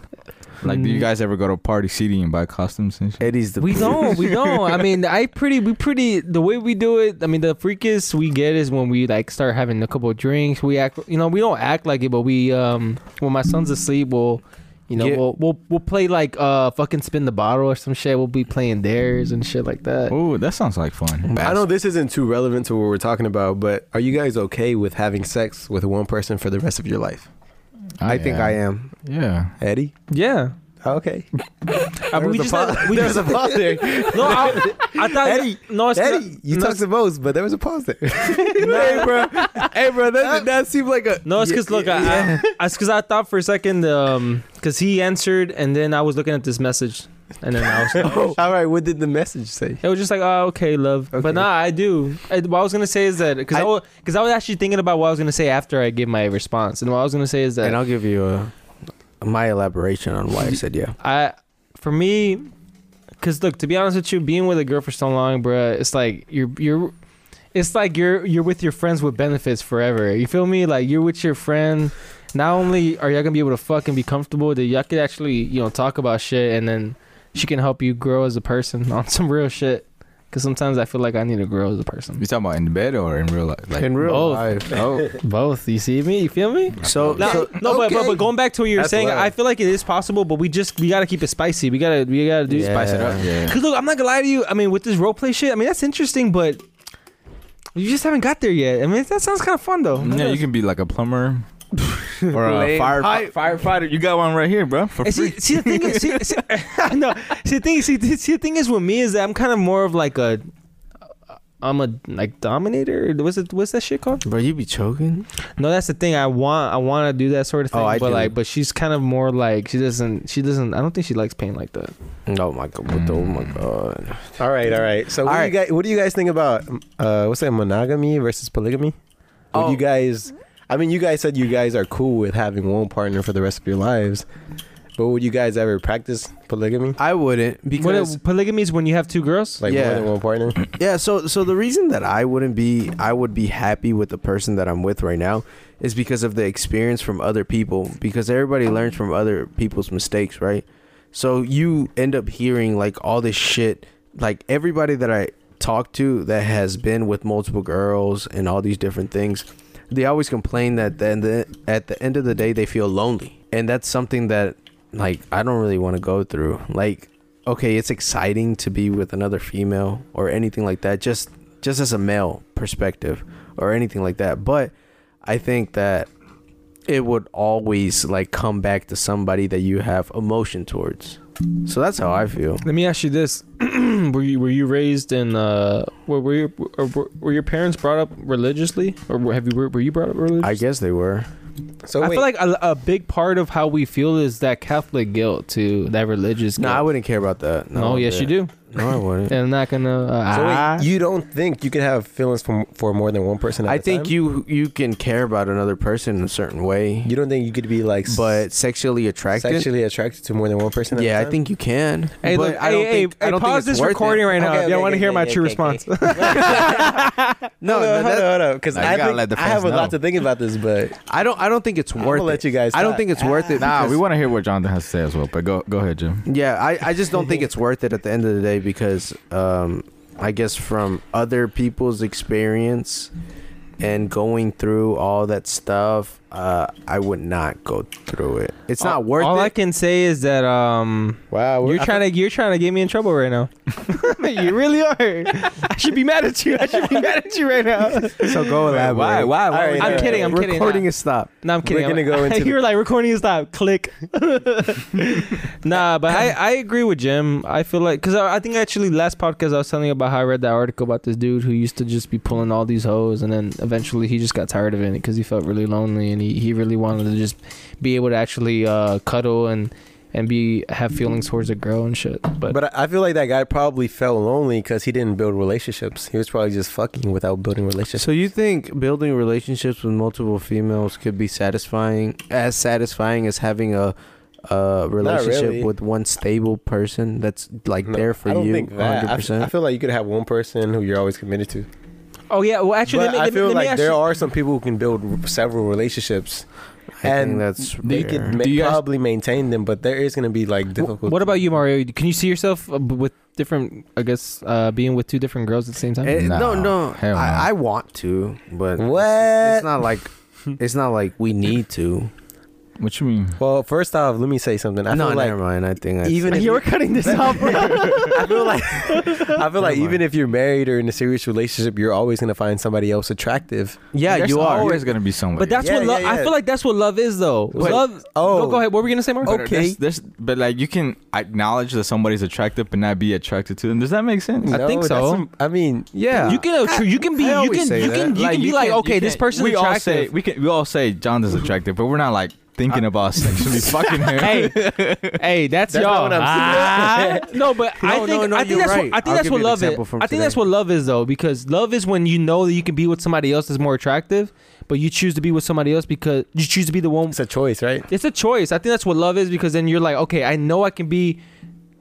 S3: like, do you guys ever go to Party City and buy costumes and shit?
S1: Eddie's the.
S2: we don't, we don't. I mean, I pretty, we pretty. The way we do it, I mean, the freakest we get is when we like start having a couple of drinks. We act, you know, we don't act like it, but we, um, when my son's asleep, we'll, you know,
S1: Yeah.
S2: we'll, we'll we'll play like uh fucking spin the bottle or some shit. We'll be playing theirs and shit like that.
S3: Oh, that sounds like fun.
S4: I know this isn't too relevant to what we're talking about, but are you guys okay with having sex with one person for the rest of your life?
S1: I think I am.
S3: Yeah.
S4: Eddie?
S2: Yeah,
S4: Okay.
S2: I mean, Uh, we
S4: There
S2: just
S4: was a
S2: had-
S4: pause-
S2: we
S4: there was
S2: just
S4: a pause there.
S2: no, I, I thought
S4: Eddie,
S2: no, it's
S4: Eddie,
S2: not-
S4: you
S2: no,
S4: talked the most, but there was a pause there. hey, bro. Hey, bro. That did not seem like a.
S2: No, it's because look, I, I, it's because I thought for a second, um, because he answered, and then I was looking at this message, and then I was,
S4: Oh, all right. What did the message say?
S2: it was just like, oh, okay, love.
S4: Okay.
S2: But nah, I do. I, what I was gonna say is that because I,
S4: I-
S2: wa- cause I was actually thinking about what I was gonna say after I gave my
S1: uh,
S2: response, and what I was gonna say is that
S1: And I'll give you a, my elaboration on why I said yeah.
S2: I for me, because look, to be honest with you, being with a girl for so long, bruh, it's like you're you're. It's like you're you're with your friends with benefits forever. You feel me? Like you're with your friend. Not only are y'all gonna be able to fucking be comfortable, that y'all could actually you know talk about shit, and then she can help you grow as a person on some real shit. Because sometimes I feel like I need to grow as a person.
S3: You talking about in bed or in real life? Like,
S1: in real
S2: both.
S1: life.
S3: oh,
S2: Both, you see me? You feel me?
S1: So,
S2: No,
S1: so
S2: no, but, but but going back to what you were
S4: That's
S2: saying,
S4: love.
S2: I feel like it is possible, but we just we gotta keep it spicy. We gotta we gotta do
S4: Yeah.
S3: spice it up. Yeah.
S2: Cause look, I'm not gonna lie to you. I mean, with this role play shit, I mean that's interesting, but you just haven't got there yet. I mean, that sounds kind of fun though.
S3: Yeah, you can be like a plumber or a
S4: uh,
S1: Lame
S3: fire,
S1: pipe.
S3: firefighter. You got one right here, bro. For
S2: And see,
S3: free.
S2: see the thing is, see, see, no, see the thing, see, see the thing is with me is that I'm kind of more of like a, I'm a like dominator. What's it? What's that shit called?
S1: bro, you be choking.
S2: No, that's the thing. I want, I want to do that sort of thing.
S1: Oh, I
S2: but
S1: do.
S2: like, but she's kind of more like she doesn't, she doesn't. I don't think she likes pain like that.
S1: Oh my god! what the- Oh my god!
S4: All right, all right. So, what,
S1: All
S4: do you guys, what do you guys think about uh, what's that monogamy versus polygamy? Would
S1: Oh.
S4: you guys? I mean, you guys said you guys are cool with having one partner for the rest of your lives, but would you guys ever practice polygamy?
S1: I wouldn't
S2: What
S1: because
S2: polygamy is when you have two girls.
S4: Like
S1: Yeah.
S4: more than one partner?
S1: yeah. So so the reason that I wouldn't be I would be happy with the person that I'm with right now is because of the experience from other people because everybody learns from other people's mistakes, right? So you end up hearing like all this shit. Like everybody that I talk to that has been with multiple girls and all these different things, they always complain that then the, at the end of the day they feel lonely, and that's something that like I don't really want to go through. Like, okay, it's exciting to be with another female or anything like that. Just just as a male perspective or anything like that, but I think that it would always like come back to somebody that you have emotion towards. So that's how I feel.
S2: Let me ask you this: Were you were you raised in uh were were, your, or were were your parents brought up religiously or were- have you were, were you brought up religiously?
S1: I guess they were.
S4: So
S2: I
S4: wait,
S2: feel like a, a big part of how we feel is that Catholic guilt to that religious.
S1: No,
S2: guilt.
S1: I wouldn't care about that.
S2: No, yes, you do.
S1: do. No, I wouldn't.
S2: And I'm not gonna. Uh,
S4: so
S2: ah.
S4: wait, you don't think you can have feelings for, for more than one person? At
S1: I
S4: a
S1: think
S4: time?
S1: you you can care about another person in a certain way,
S4: You don't think you could be like s-
S1: but sexually attracted.
S4: sexually attracted to more than one person? At
S1: yeah,
S4: a
S1: I
S4: time?
S1: think you can.
S2: Hey,
S1: but
S2: look,
S1: I
S2: I
S1: don't
S2: hey,
S1: think,
S2: hey,
S1: I don't think
S2: pause
S1: it's
S2: this
S1: worth it.
S2: recording right now.
S4: Okay,
S2: if y'all
S4: okay,
S2: want to hear my
S4: okay, okay,
S2: true
S4: okay,
S2: response.
S1: No,
S4: hold
S1: no,
S4: on,
S1: that,
S4: hold on, hold on, because
S3: Nah, you
S4: I,
S3: gotta
S4: think-
S3: let the
S4: I have a
S3: fans
S4: lot
S3: know.
S4: to think about this, but
S1: I don't. I don't think it's
S4: I'm
S1: worth
S4: gonna
S1: it.
S4: let you guys
S1: I don't
S4: talk.
S1: think it's worth it.
S3: Nah, we
S1: because-
S3: want to hear what Jonathan has to say as well. But go go ahead, Jim.
S1: Yeah, I, I just don't think it's worth it at the end of the day because um, I guess from other people's experience and going through all that stuff, uh, I would not go through it. It's not worth
S2: All I
S1: it.
S2: can say is that um.
S4: wow, we're-
S2: You're
S4: I-
S2: trying to you're trying to get me in trouble right now. you really are. I should be mad at you. I should be mad at you right now.
S1: so go elaborate.
S3: Why? Why?
S4: All right,
S2: I'm
S4: all right.
S2: kidding, I'm kidding,
S1: Recording
S2: nah.
S1: is stopped.
S2: No, I'm kidding.
S4: gonna
S2: I'm-
S4: go into the-
S2: you were like recording is stop. Click. nah, but I, I agree with Jim. I feel like because I, I think actually last podcast I was telling you about how I read that article about this dude who used to just be pulling all these hoes and then eventually he just got tired of it because he felt really lonely and he, he really wanted to just be able to actually uh, cuddle and and be have feelings towards a girl and shit. But,
S4: But I I feel like that guy probably felt lonely because he didn't build relationships. He was probably just fucking without building relationships.
S1: So you think building relationships with multiple females could be satisfying, as satisfying as having a, a relationship
S4: really.
S1: with one stable person that's like
S4: No,
S1: there for
S4: I don't
S1: you,
S4: think that.
S1: hundred
S4: I f- I
S1: percent?
S4: feel like you could have one person who you're always committed to.
S2: oh yeah, well actually let
S4: but
S2: me,
S4: I
S2: let me,
S4: feel
S2: let me
S4: like
S2: ask
S4: there
S2: you-
S4: are some people who can build r- several relationships.
S1: I think
S4: and
S1: that's
S4: They
S1: rare.
S4: could ma-
S3: Do you guys-
S4: probably maintain them, but there is going to be like difficult.
S2: What about you, Mario? Can you see yourself uh, b- with different? I guess uh, being with two different girls at the same time.
S1: Eh, no,
S3: No,
S1: no.
S3: hell no.
S1: I, I want to, but it's-
S4: What?
S1: It's not like it's not like we need to.
S3: What you mean?
S4: Well, first off, let me say something. I
S1: no,
S4: feel
S1: never
S4: like
S1: mind. I think I
S4: even if
S2: You're cutting this off, bro.
S4: I feel like I feel
S1: Never
S4: like even
S1: mind.
S4: if you're married or in a serious relationship, you're always going to find somebody else attractive.
S1: yeah,
S3: There's
S1: you are.
S3: always gonna be somebody.
S2: But that's
S4: Yeah,
S2: what love.
S4: yeah,
S2: I
S4: yeah.
S2: feel like that's what love is, though.
S4: But-
S2: love.
S4: oh.
S2: go, go ahead. What were we gonna say, Mario?
S4: Oh.
S3: But
S4: okay.
S3: There's, there's, but like you can acknowledge that somebody's attractive, but not be attracted to them. Does that make sense?
S2: I think
S4: No,
S2: so.
S4: that's- I mean,
S1: yeah,
S2: You can. uh, You can be.
S1: I
S2: You
S1: always
S2: can. You
S1: say
S2: can. You
S1: that.
S2: can, be like,
S3: can't-
S2: okay,
S3: you
S2: this
S3: can't-
S2: person's
S3: we all
S2: attractive.
S3: say we can. We all say Jonathan's attractive, but we're not like thinking about sexually fucking him.
S2: hey, hey, that's,
S4: That's
S2: y'all.
S4: not what I'm
S2: Ah. no, but I
S1: No,
S2: think
S1: no, no,
S2: I think
S1: you're
S2: that's
S1: right.
S2: what I
S1: I'll
S2: think that's
S1: give you
S2: what
S1: an
S2: love is. I
S1: example from
S2: think that's
S1: today.
S2: what love is though, because love is when you know that you can be with somebody else that's more attractive, but you choose to be with somebody else because you choose to be the one
S4: it's a choice, right?
S2: It's a choice. I think that's what love is because then you're like, okay, I know I can be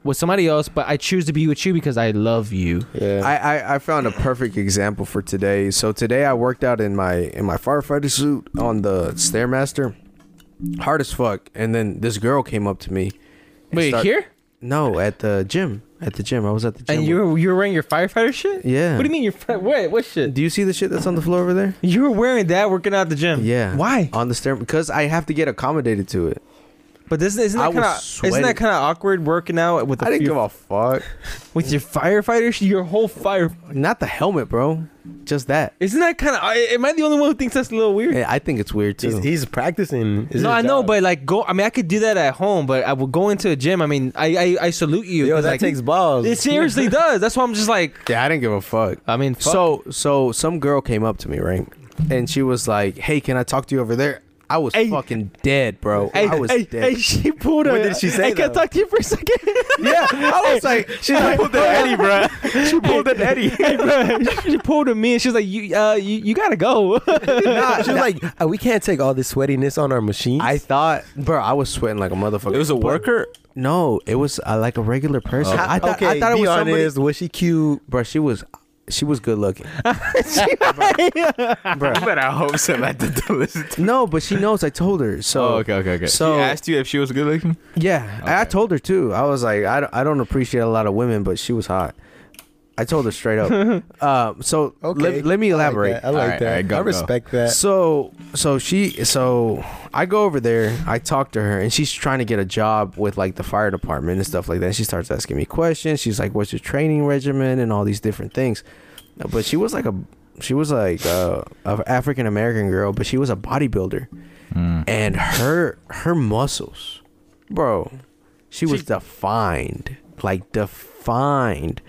S2: with somebody else, but I choose to be with you because I love you.
S4: Yeah.
S1: I, I, I found a perfect example for today. So today I worked out in my in my firefighter suit on the stairmaster, hard as fuck. And then this girl came up to me. and
S2: Wait,
S1: start-
S2: here?
S1: No, at the gym. At the gym. I was at the gym.
S2: And you were you were wearing your firefighter shit?
S1: Yeah.
S2: What do you mean your fi- what what shit?
S1: Do you see the shit that's on the floor over there?
S2: You were wearing that working out at the gym.
S1: Yeah. Uh,
S2: Why?
S1: On the stair because I have to get accommodated to it.
S2: But this isn't
S1: I
S2: that
S1: was
S2: kind of isn't
S1: sweating.
S2: that kind of awkward working out with the,
S1: I didn't
S2: your,
S1: give a fuck.
S2: with your firefighter shit, your whole fire.
S1: Not the helmet, bro. Just that.
S2: Isn't that kind of am I the only one who thinks that's a little weird?
S1: Yeah, I think it's weird
S4: he's,
S1: too.
S4: he's practicing. It's
S2: no,
S4: his
S2: I know,
S4: job.
S2: but like go. I mean, I could do that at home, but I will go into a gym. I mean, I I, I salute you.
S4: yo,
S2: 'cause,
S4: that
S2: like,
S4: takes balls.
S2: It seriously does. That's why I'm just like.
S1: Yeah, I didn't give a fuck.
S2: I mean, fuck.
S1: So so some girl came up to me, right? And she was like, "Hey, can I talk to you over there?" I was
S2: Hey.
S1: fucking dead, bro.
S2: Hey,
S1: I was
S2: hey,
S1: dead.
S2: hey, she pulled
S4: What
S2: a-
S4: did she say,
S2: Hey, can I
S4: though?
S2: talk to you for a second?
S1: Yeah, I was like,
S2: she pulled an Eddie, bro. She pulled an Eddie. hey, bro, she pulled a me, and she's like, "You, uh, you, you gotta go."
S4: she was like, "Uh, we can't take all this sweatiness on our machines.
S1: I thought, bro, I was sweating like a motherfucker.
S5: It was a
S1: But-
S5: worker.
S1: No, it was uh, like a regular person. I, thought
S4: okay,
S1: I thought it
S4: be
S1: was
S4: honest.
S1: somebody.
S4: Was she cute?
S1: Bro, she was, she was good looking.
S5: I bet I hope Samantha didn't listen to.
S1: No, but she knows. I told her. So
S3: Oh, okay, okay, okay.
S1: So
S5: he asked you if she was good looking.
S1: Yeah, I I
S3: Okay.
S1: told her too. I was like, I don't, I don't appreciate a lot of women, but she was hot. I told her straight up. um, so
S4: Okay,
S1: let, let me
S4: I like
S1: elaborate.
S4: that. I, like
S3: Alright,
S4: that.
S3: alright, go,
S4: I
S3: go.
S4: respect that.
S1: So so she so I go over there. I talk to her, and she's trying to get a job with like the fire department and stuff like that. She starts asking me questions. She's like, "What's your training regimen?" and all these different things. But she was like a she was like a, a African American girl, but she was a bodybuilder,
S3: Mm.
S1: and her her muscles, bro, she was defined, like defined.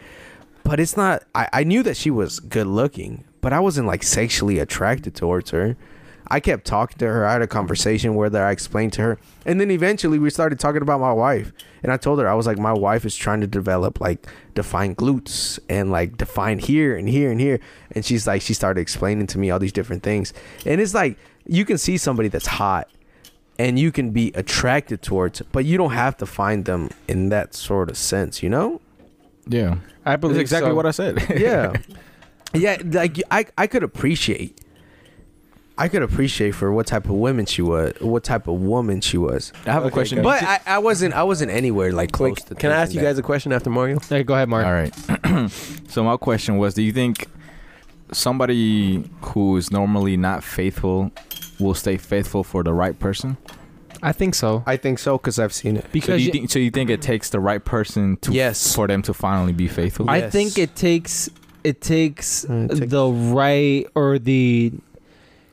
S1: But it's not. I, I knew that she was good looking, but I wasn't like sexually attracted towards her. I kept talking to her. I had a conversation where I explained to her, and then eventually we started talking about my wife. And I told her I was like, my wife is trying to develop like defined glutes and like define here and here and here. And she's like, she started explaining to me all these different things. And it's like you can see somebody that's hot, and you can be attracted towards, but you don't have to find them in that sort of sense, you know?
S3: Yeah,
S2: I
S3: that's
S2: believe
S3: exactly
S2: so.
S3: what I said.
S1: yeah yeah like I, I could appreciate i could appreciate for what type of women she was what type of woman she was
S3: I have a
S4: Okay,
S3: question.
S4: go.
S1: but I, I wasn't i wasn't anywhere like close
S4: Wait,
S1: to
S4: can I ask you
S1: thinking
S4: guys
S1: that.
S4: a question after Mario?
S2: Hey, go ahead, Mark.
S3: All right. so my question was, do you think somebody who is normally not faithful will stay faithful for the right person?
S2: I think so
S1: i think so because i've seen it
S3: So
S2: because
S3: do you
S2: you-
S3: think so you think it takes the right person to
S1: yes
S3: for them to finally be faithful?
S2: I
S1: Yes.
S2: think it takes it takes
S1: Mm, it takes-
S2: the right or the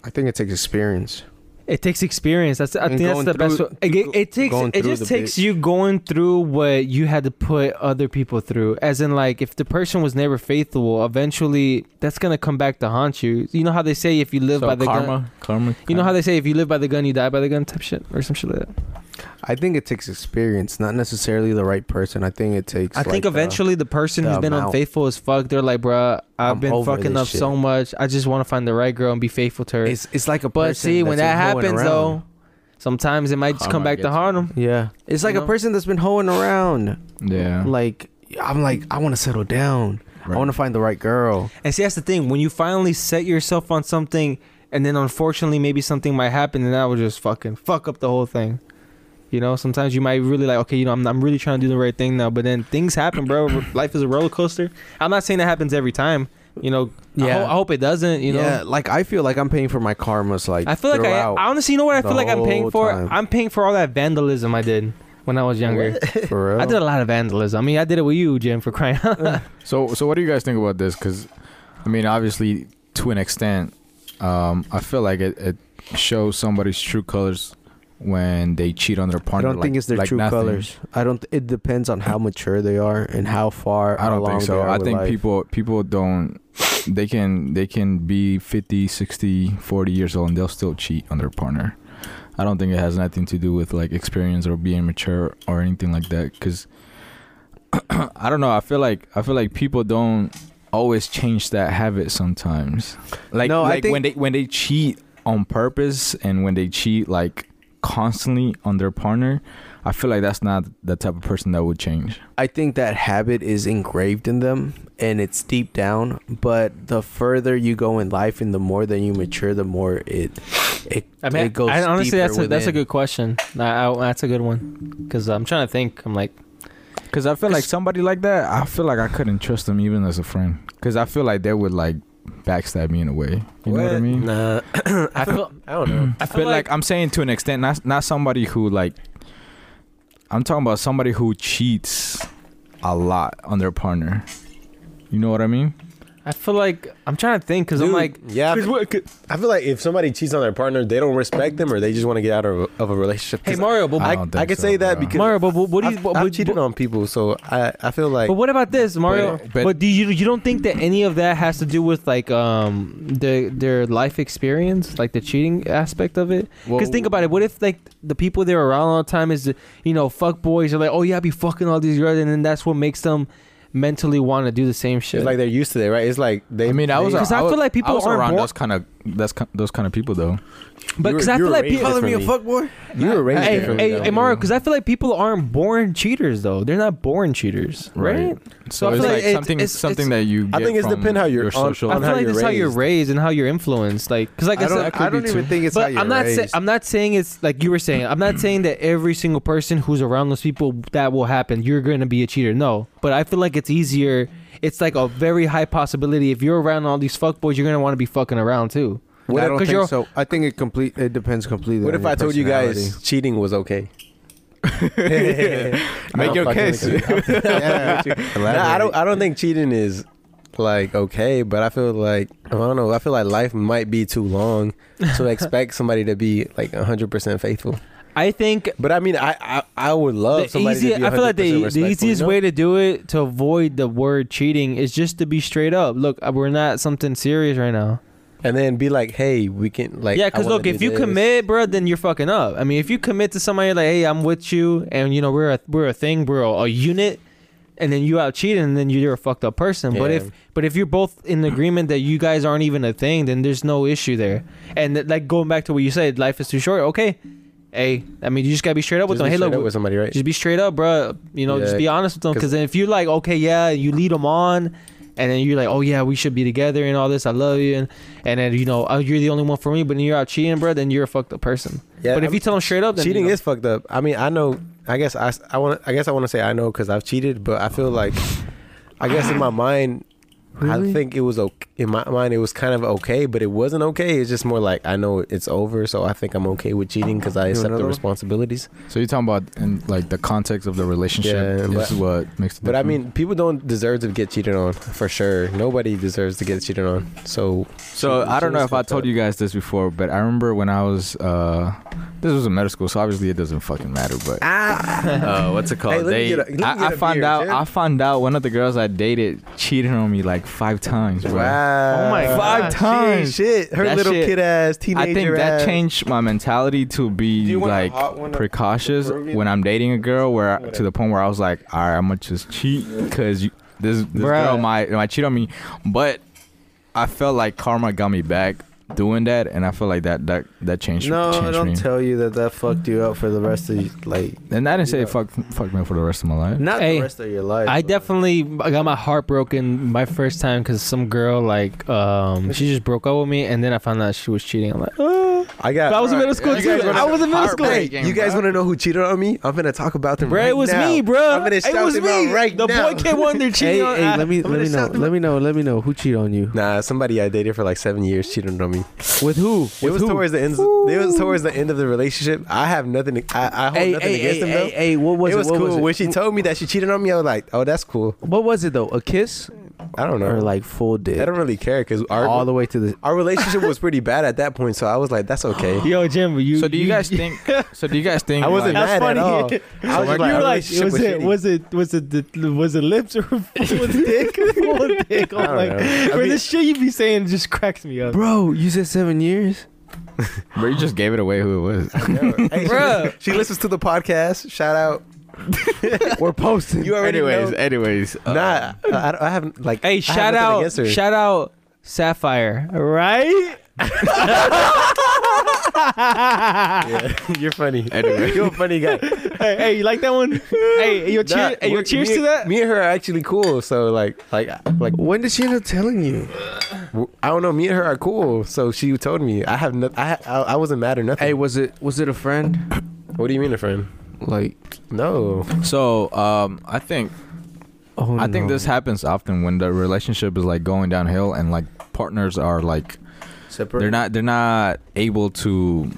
S1: i think it takes experience
S2: it takes experience. That's I
S1: And
S2: think that's
S1: going
S2: the best.
S1: through-
S2: Way. It, it- it takes
S1: going
S2: it
S1: through
S2: just
S1: the
S2: takes
S1: bit.
S2: you going through what you had to put other people through. As in, like if the person was never faithful, eventually that's gonna come back to haunt you. You know how they say if you live
S3: so
S2: by the
S3: karma,
S2: gun.
S3: karma.
S2: You know how they say if you live by the gun, you die by the gun type shit or some shit like that.
S1: i think it takes experience not necessarily the right person i think it takes
S2: I think
S1: like, uh,
S2: eventually the person
S1: the
S2: who's been
S1: amount.
S2: unfaithful as fuck, they're like, bruh, I've
S1: I'm
S2: been
S1: over
S2: fucking
S1: this
S2: up
S1: shit."
S2: so much. I just want to find the right girl and be faithful to her.
S1: it's, it's like a
S2: But
S1: person
S2: see, when
S1: that's
S2: that
S1: been hoeing
S2: happens, though,
S1: around.
S2: sometimes it might just
S3: Karma
S2: come back
S3: gets
S2: to
S3: you.
S2: harm them.
S1: yeah it's like
S2: You
S1: a
S2: know?
S1: person that's been hoeing around
S3: Yeah.
S1: like i'm like i want to settle down i
S3: Right.
S1: want to find the right girl
S2: And see, that's the thing. When you finally set yourself on something, and then unfortunately, maybe something might happen, and that will just fucking fuck up the whole thing. You know, sometimes you might really like, okay, you know, I'm, I'm really trying to do the right thing now, but then things happen, bro. Life is a roller coaster. I'm not saying that happens every time. You know, I,
S1: Yeah.
S2: ho- I hope it doesn't. You know,
S1: yeah, like I feel like I'm paying for my karmas. Like
S2: I feel like I
S1: throughout,
S2: honestly, you know what? I
S1: the
S2: feel like I'm paying
S1: whole
S2: for.
S1: time.
S2: I'm paying for all that vandalism I did when I was younger.
S1: for real.
S2: I did a lot of vandalism. I mean, I did it with you, Jim, for crying out. loud.
S3: So so what do you guys think about this? Because, I mean, obviously, to an extent, um, I feel like it, it shows somebody's true colors when they cheat on their
S1: I
S3: partner.
S1: don't
S3: like-
S1: think it's their
S3: like
S1: true
S3: nothing.
S1: colors. I don't. It depends on how mature they are and how far.
S3: I don't
S1: along
S3: think
S1: they
S3: so.
S1: are
S3: I
S1: with
S3: think
S1: life.
S3: people people don't they can they can be 50, 60, 40 years old and they'll still cheat on their partner. I don't think it has nothing to do with like experience or being mature or anything like that cuz I don't know. I feel like I feel like people don't always change that habit sometimes. Like
S1: No, I
S3: like
S1: think-
S3: when they when they cheat on purpose and when they cheat like constantly on their partner, I feel like that's not the type of person that would change.
S1: I think that habit is engraved in them and it's deep down, but the further you go in life and the more that you mature, the more it it,
S2: I mean,
S1: it goes
S2: I, honestly,
S1: deeper
S2: that's a, that's a
S1: within.
S2: good question. I, I- that's a good one because I'm trying to think. I'm like,
S3: Cause I feel like somebody like that, I feel like I couldn't trust them even as a friend. Cause I feel like they would like backstab me in a way. You know what I
S4: What?
S3: mean?
S2: nah. I feel
S4: I don't know.
S3: I feel like, I'm saying to an extent, not not somebody who like. I'm talking about somebody who cheats a lot on their partner. You know what I mean?
S2: I feel like I'm trying to think because I'm
S4: Dude,
S2: like,
S4: yeah. I feel like if somebody cheats on their partner, they don't respect them or they just want to get out of, of a relationship.
S2: hey Mario, but
S4: I,
S3: don't
S4: I
S3: think
S4: could
S3: so,
S4: say that
S3: bro.
S4: because
S2: Mario, but, but what do you?
S4: I've,
S2: but,
S4: I've
S2: but-
S4: cheated on people, so I, I feel like
S2: But what about this, Mario? But,
S3: But- but-
S2: do you you don't think that any of that has to do with like um their their life experience, like the cheating aspect of it? Because
S3: Well-
S2: think about it. What if like the people they're around all the time is you know fuck boys are like oh yeah I be fucking all these girls and then that's what makes them mentally want to do the same shit.
S4: it's like they're used to it, right? It's like they.
S3: I mean, I was.
S4: they-
S2: 'Cause I feel
S3: was-
S2: like people
S3: I was
S2: aren't
S3: around
S2: born-
S3: those kind of that's ki- those kind of people though.
S2: but
S4: you
S2: because I
S4: were- you
S2: feel
S4: were
S2: like
S4: raised
S2: people.
S1: Calling me a
S4: differently.
S1: fuckboy?
S4: you were raised
S2: Hey,
S4: differently.
S2: hey,
S4: though.
S2: hey, Mario, because I feel like people aren't born cheaters though. They're not born cheaters, right? So
S3: So,
S2: I
S3: it's
S2: feel
S3: like,
S2: like it's-
S3: something
S2: it's-
S3: something that you.
S4: I
S3: get
S4: think it's
S3: from
S4: depend how you're
S3: your
S4: on-
S3: social.
S2: I
S4: on
S2: feel
S4: how
S2: like
S4: you're
S2: it's how you're
S4: raised.
S2: raised and how you're influenced. Like, cause like I,
S1: I
S2: said,
S1: don't, I don't even think it's how
S2: but
S1: you're
S2: I'm not saying
S1: raised.
S2: I'm not saying it's like you were saying. I'm not saying that every single person who's around those people that will happen. You're going to be a cheater. No, but I feel like it's easier. It's like a very high possibility. If you're around all these fuckboys, you're going to want to be fucking around too.
S1: I don't
S2: 'Cause you're-
S1: think so. I think it complete. It depends completely.
S4: what
S1: on
S4: if
S1: your
S4: I told you guys
S1: personality.
S4: cheating was okay?
S5: Make your case.
S1: yeah.
S4: Nah, I
S1: Elaborate.
S4: don't. I don't think cheating is like okay, but I feel like I don't know. I feel like life might be too long to expect somebody to be like hundred percent faithful.
S2: I think
S4: But I mean, I I, I would love
S2: the
S4: somebody
S2: easy,
S4: to be.
S2: I feel like the, the easiest way
S4: To-
S2: to do it to avoid the word cheating is just to be straight up. Look, uh, we're not something serious right now.
S4: and then be like, hey, we can like.
S2: yeah,
S4: I
S2: because
S4: wanna
S2: look,
S4: do
S2: if you
S4: this.
S2: commit, bro, then you're fucking up. I mean, if you commit to somebody like, hey, I'm with you, and you know we're a we're a thing, we're a, a unit, and then you out cheating, then you're a fucked up person. But
S4: Yeah.
S2: if but if you're both in agreement that you guys aren't even a thing, then there's no issue there. And th- like going back to what you said, life is too short. Okay, hey, I mean, you just gotta be straight up with
S4: just
S2: them.
S4: be
S2: Hey,
S4: straight
S2: look,
S4: up with somebody, right?
S2: just be straight up, bro. You know, just
S4: Yeah,
S2: be honest with them.
S4: 'cause-
S2: Because then if you're like, okay, yeah, you lead them on, and then you're like, oh yeah, we should be together and all this. I love you, and and then you know, oh, you're the only one for me. But then you're out cheating, bro. Then you're a fucked up person.
S4: Yeah,
S2: but if
S4: I'm-
S2: you tell them straight up, then,
S4: cheating
S2: you know,
S4: is fucked up. I mean, I know. I guess I, I want. I guess I want to say I know because I've cheated, but I feel like, I guess in my mind, I think it was okay. In my mind, it was kind of okay, but it wasn't okay. It's just more like I know it's over, so I think I'm okay with cheating because I accept
S1: another
S4: the
S1: one?
S4: responsibilities.
S3: So you're talking about in like the context of the relationship
S4: Yeah,
S3: is
S4: but-
S3: what makes. The
S4: But I
S3: difference.
S4: mean, people don't deserve to get cheated on for sure. Nobody deserves to get cheated on. So
S3: So
S4: She-
S3: I
S4: she
S3: don't know
S4: was
S3: if I
S4: fucked
S3: told
S4: up.
S3: you guys this before, but I remember when I was uh this was in middle school, so obviously it doesn't fucking matter. But
S4: Ah,
S3: uh, what's it called?
S4: Hey, let me
S3: They-
S4: get a- let me
S3: I,
S4: get
S3: I
S4: a
S3: found
S4: beer,
S3: out
S4: Jim.
S3: I found out one of the girls I dated cheated on me like five times, bro.
S4: wow,
S2: Oh my
S3: Five
S2: God.
S3: times.
S4: shit, her
S3: That
S4: little
S3: shit-
S4: kid ass teenager.
S3: I think that
S4: ass.
S3: changed my mentality to be
S1: you want a
S3: like
S1: hot one to-
S3: precautious
S1: to prove it?
S3: when I'm dating a girl. Where I- to the point where I was like, all right, I'm gonna just cheat because this this
S2: Bruh.
S3: girl might might cheat on me. But I felt like karma got me back doing that, and I feel like that that that changed.
S1: No,
S3: changed
S1: don't
S3: me.
S1: tell you that that fucked you up for the rest of your- like
S3: And I didn't say
S1: Yeah.
S3: fuck fuck me for the rest of my life.
S1: not
S2: Hey,
S1: the rest of your life.
S2: I
S1: but-
S2: definitely got my heart broken my first time because some girl like um she just broke up with me, and then I found out she was cheating. I'm like, oh.
S4: I got.
S2: But I was in middle school
S4: You
S2: too.
S4: guys wanna-
S2: I was in middle school.
S4: Hey, you guys want to know who cheated on me? I'm gonna talk about them.
S2: Bro,
S4: right
S2: it was
S4: now.
S2: me, bro.
S4: I'm gonna shout
S2: it was
S4: them
S2: me.
S4: out right
S2: the
S4: now.
S2: boy came on there cheating.
S1: Hey,
S2: on,
S1: hey,
S2: I-
S1: let me let
S2: I'm gonna
S1: me know.
S2: shout them
S1: Let me know. Let me know who cheated on you.
S4: Nah, somebody I dated for like seven years cheated on me.
S1: With who? With
S4: It was
S1: who?
S4: towards the end. It was towards the end of the relationship. I have nothing. To, I, I hold
S1: hey,
S4: nothing
S1: hey,
S4: against
S1: hey,
S4: them
S1: hey,
S4: though.
S1: hey, what was
S4: it
S1: it?
S4: was
S1: what
S4: cool.
S1: Was it?
S4: When she told me that she cheated on me, I was like, "Oh, that's cool."
S1: what was it though? A kiss
S4: I don't know.
S1: or like full dick?
S4: I don't really care because our
S1: All the way to the.
S4: our relationship was pretty bad at that point, so I was like, "That's okay."
S2: Yo, Jim, you.
S3: So do you guys think? So do you guys think?
S4: I wasn't
S3: like-
S4: mad
S2: funny.
S4: at all. I was
S2: you
S4: just
S2: were
S4: like, our
S2: like,
S4: relationship
S2: was it,
S4: shitty.
S2: was it, was it, the, was it lips or was it dick? Was it dick?
S4: I
S2: I'm
S4: don't
S2: like,
S4: know. I
S2: bro,
S4: mean-
S2: the shit you be saying just cracks me up.
S1: Bro, you said seven years.
S3: Bro, you just gave it away who it was.
S4: No. Hey, she
S2: Bruh.
S4: listens- she listens to the podcast. Shout out.
S1: We're posting.
S4: You already
S5: anyways,
S4: know.
S5: anyways. uh,
S4: Nah, I, I don't- I haven't like. I
S2: Hey,
S4: have
S2: shout
S4: nothing
S2: out,
S4: against her.
S2: shout out, Sapphire, right?
S4: Yeah, you're funny.
S5: Anyway.
S4: You're a funny guy.
S2: hey, hey, you like that one? hey, your cheer,
S4: Nah,
S2: hey, your
S4: we-
S2: cheers
S4: me,
S2: to that.
S4: Me and her are actually cool. So like, like, like,
S1: When did she end up telling you?
S4: w- I don't know. Me and her are cool. So she told me. I have no. I I, I wasn't mad or nothing.
S1: Hey, was it was it a friend?
S4: what do you mean, a friend?
S1: Like,
S4: No.
S3: So um, I think
S1: oh,
S3: I think
S1: no.
S3: this happens often when the relationship is like going downhill and like partners are like
S1: separate.
S3: they're not they're not able to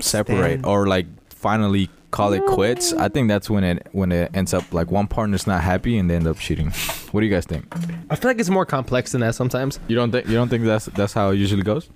S3: separate or like finally call it quits. I think that's when it when it ends up like one partner's not happy and they end up cheating. What do you guys think?
S2: I feel like it's more complex than that sometimes.
S3: You don't think you don't think that's that's how it usually goes?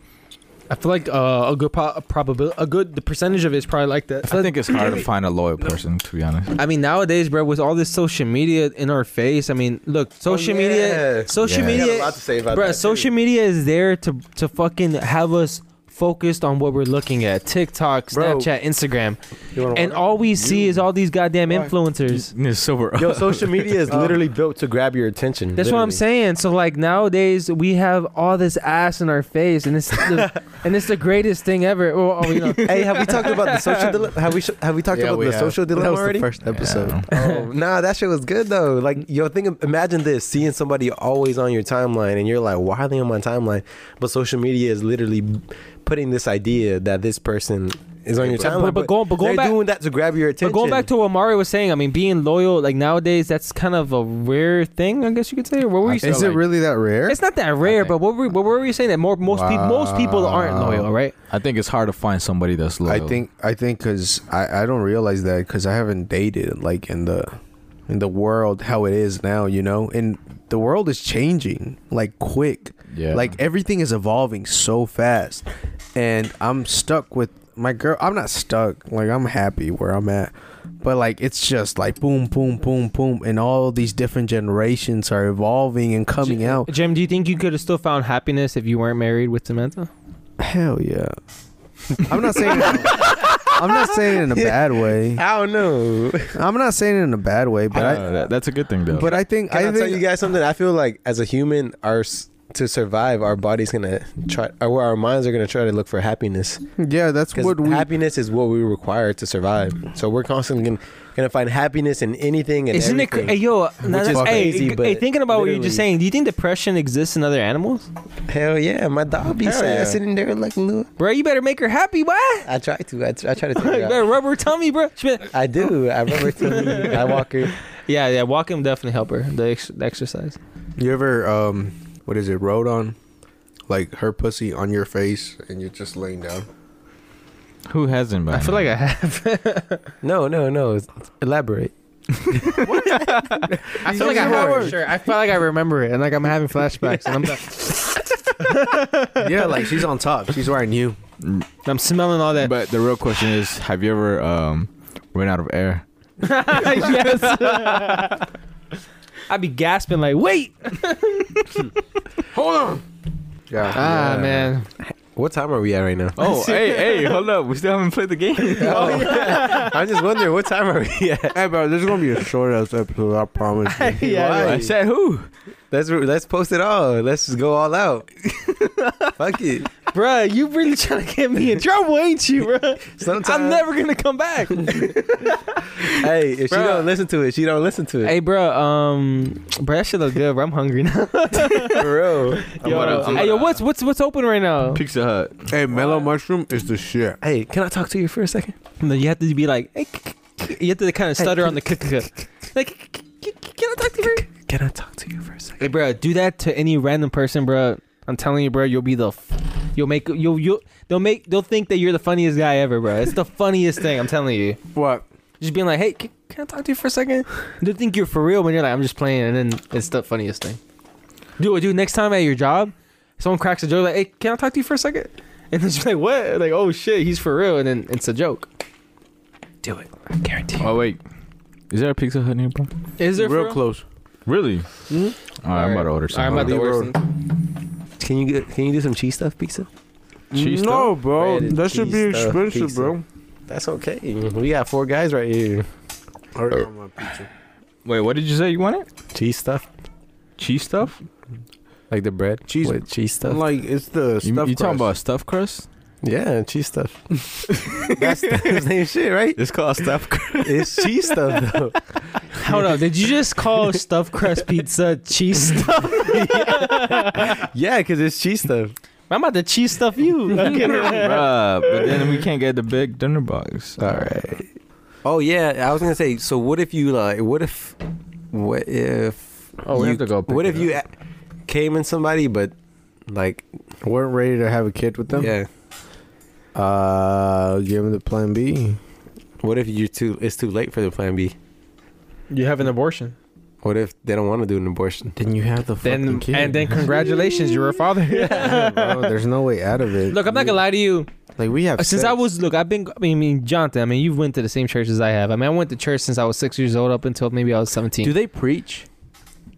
S2: I feel like uh, a good po- a probabil- a good the percentage of it is probably like that.
S3: I think it's hard to find a loyal person to be honest.
S2: I mean, nowadays, bro, with all this social media in our face, I mean, look, social media,
S4: Oh, yeah.
S2: social
S3: Yeah.
S4: I got a
S2: media,
S4: lot to say about
S2: bro,
S4: that,
S2: social
S4: too.
S2: media is there to to fucking have us focused on what we're looking at: TikTok,
S4: Bro.
S2: Snapchat, Instagram,
S4: You wanna
S2: and
S4: water?
S2: all we see is all these goddamn influencers.
S3: Silver.
S4: Yo, social media is literally built to grab your attention.
S2: That's what I'm saying.
S4: literally.
S2: So like nowadays we have all this ass in our face, and it's the, and it's the greatest thing ever. Oh, oh, you know,
S4: Hey, have we talked about the social dilemma? Have we sh- have we talked
S1: Yeah,
S4: about
S1: we
S4: the
S1: have.
S4: social dilemma
S1: that was
S4: already?
S1: The first episode.
S4: Oh, nah, that shit was good though. Like, yo, think imagine this: seeing somebody always on your timeline, and you're like, "Why are they on my timeline?" But social media is literally putting this idea that this person is on your
S2: but-
S4: timeline.
S2: but go- but going
S4: they're
S2: back-
S4: doing that to grab your attention.
S2: But going back to what Mario was saying, I mean, being loyal, like nowadays, that's kind of a rare thing, I guess you could say. Or what were you saying?
S1: Is it really that rare?
S2: It's not that rare,
S3: think-
S2: but what were, what were you saying? That more most people most people aren't loyal, right?
S3: I think it's hard to find somebody that's loyal.
S1: I think I think because I I don't realize that because I haven't dated like in the in the world how it is now, you know, and the world is changing like quick.
S3: Yeah.
S1: Like everything is evolving so fast, and I'm stuck with my girl. I'm not stuck. Like I'm happy where I'm at. But like it's just like boom, boom, boom, boom, and all these different generations are evolving and coming out.
S2: Jim, do you think you could have still found happiness if you weren't married with Samantha?
S1: Hell yeah! I'm not saying I'm not saying in a bad way.
S4: I don't know.
S1: I'm not saying it in a bad way, but
S3: I,
S1: I,
S3: that, that's a good thing though.
S1: but I think
S4: Can I,
S1: I
S4: tell you
S1: think
S4: guys something? I feel like as a human, our s- to survive, our body's gonna try, or our minds are gonna try to look for happiness.
S1: yeah, that's
S4: Because
S1: what we
S4: happiness is what we require to survive. So we're constantly gonna, gonna find happiness in anything and
S2: Isn't it? Cra-
S4: everything.
S2: hey, yo, now
S4: is
S2: that's- hey,
S4: crazy,
S2: g-
S4: but
S2: hey, thinking about what you're just
S4: literally-
S2: saying, do you think depression exists in other animals,
S4: Hell yeah, my dog be
S5: Hell
S4: sad
S5: yeah.
S4: sitting there like, "Look,
S2: bro? You better make her happy, boy.
S4: I try to, I, tr- I try to
S2: You
S4: take her
S2: better
S4: out.
S2: rub her tummy, bro. She be-
S4: I do. I rubber tummy. I walk her.
S2: Yeah, yeah, walk him definitely help her. The, ex- the exercise.
S1: you ever um what is it rode on like her pussy on your face and you're just laying down.
S3: Who hasn't? by
S2: I feel
S3: now?
S2: like I have.
S4: No, no, no. it's- Elaborate.
S2: I feel like I have it. Sure, I feel like I remember it, and like I'm having flashbacks, and I'm like,
S1: yeah, like she's on top. She's wearing you.
S2: I'm smelling all that.
S3: But the real question is, have you ever um run out of air?
S2: yes. I'd be gasping like, wait.
S1: Yeah.
S2: Ah
S1: yeah.
S2: man.
S4: What time are we at right now?
S5: Oh, hey, hey, hold up. We still haven't played the game.
S4: I'm just wondering what time are we at.
S1: Hey bro, this is gonna be a short ass episode. I promise. you.
S4: Why?
S5: I said who?
S4: Let's re- let's post it all. Let's just go all out. Fuck it.
S2: Bruh, you really trying to get me in trouble, ain't you, bruh?
S4: Sometimes
S2: I'm never gonna come back.
S4: Hey, if she
S2: Bruh.
S4: don't listen to it, she don't listen to it.
S2: hey, bruh, um, bruh, that shit look good, bruh. I'm hungry now.
S4: for real.
S2: yo,
S5: gonna- I'm
S2: hey, yo,
S5: gonna-
S2: what's what's what's open right now?
S5: Pizza Hut.
S1: hey, mellow mushroom is the shit.
S4: Hey, can I talk to you for a second?
S2: No, you have to be like, hey, k- k- you have to kind of stutter on the k- k- k- like, k- k- k- can I talk to you?
S4: Can I talk to you for a second?
S2: Hey, bro, do that to any random person, bro. I'm telling you, bro, you'll be the, f- you'll make you'll you will they'll make they'll think that you're the funniest guy ever, bro. It's the funniest thing. I'm telling you.
S1: What?
S2: Just being like, hey, can, can I talk to you for a second? They'll think you're for real when you're like, I'm just playing, and then it's the funniest thing. Dude, dude, next time at your job, someone cracks a joke like, hey, can I talk to you for a second? And then she's like, what? Like, oh shit, he's for real, and then it's a joke. Do it. I guarantee.
S3: Oh wait, is there a Pizza Hut nearby?
S2: Is there
S1: Oh, Real
S2: for real?
S1: close.
S3: Really?
S2: Mhm.
S3: All right, I'm about to order
S2: All right,
S3: some.
S2: I'm about to
S1: Leave
S2: order
S1: road.
S2: some-
S4: Can you get, can you do some cheese stuff pizza?
S3: Cheese
S1: no, bro,
S4: Breaded
S1: that should be
S4: cheese stuff,
S1: expensive,
S4: pizza.
S1: bro.
S4: That's okay. We got four guys right here.
S1: Already got my pizza.
S3: Wait, what did you say? You want it?
S4: Cheese stuff,
S3: Cheese stuff?
S4: like the bread,
S1: Cheese-
S4: with cheese stuff.
S1: Like it's the
S3: You,
S1: stuff.
S3: you talking
S1: crust.
S3: about stuffed crust?
S4: Yeah, and cheese stuff. That's the same shit, right?
S5: It's called stuff.
S4: It's cheese stuff though.
S2: Hold up, did you just call stuffed crust pizza cheese stuff?
S4: Yeah, because it's cheese stuff.
S2: I'm about to cheese stuff you.
S3: Bruh, but then we can't get the big dinner box.
S4: All right. Oh yeah, I was gonna say. So what if you like? What if? What if?
S3: Oh, we
S4: you-
S3: have to go pick
S4: What if
S3: it
S4: you a- came in somebody, but like
S1: Weren't ready to have a kid with them.
S4: yeah.
S1: Uh, give them the plan B.
S4: What if you're too? It's too late for the plan B.
S2: You have an abortion.
S4: What if they don't want to do an abortion?
S1: Then you have the
S2: Then
S1: fucking kid.
S2: and then congratulations, you're a father.
S1: Yeah, bro, there's no way out of it.
S2: Look, I'm not gonna lie to you. Uh,
S1: Like we have
S2: Since
S1: sex.
S2: I was look, I've been. I mean, I mean, Jonathan. I mean, you've went to the same church as I have. I mean, I went to church since I was six years old up until maybe I was seventeen.
S1: Do they preach?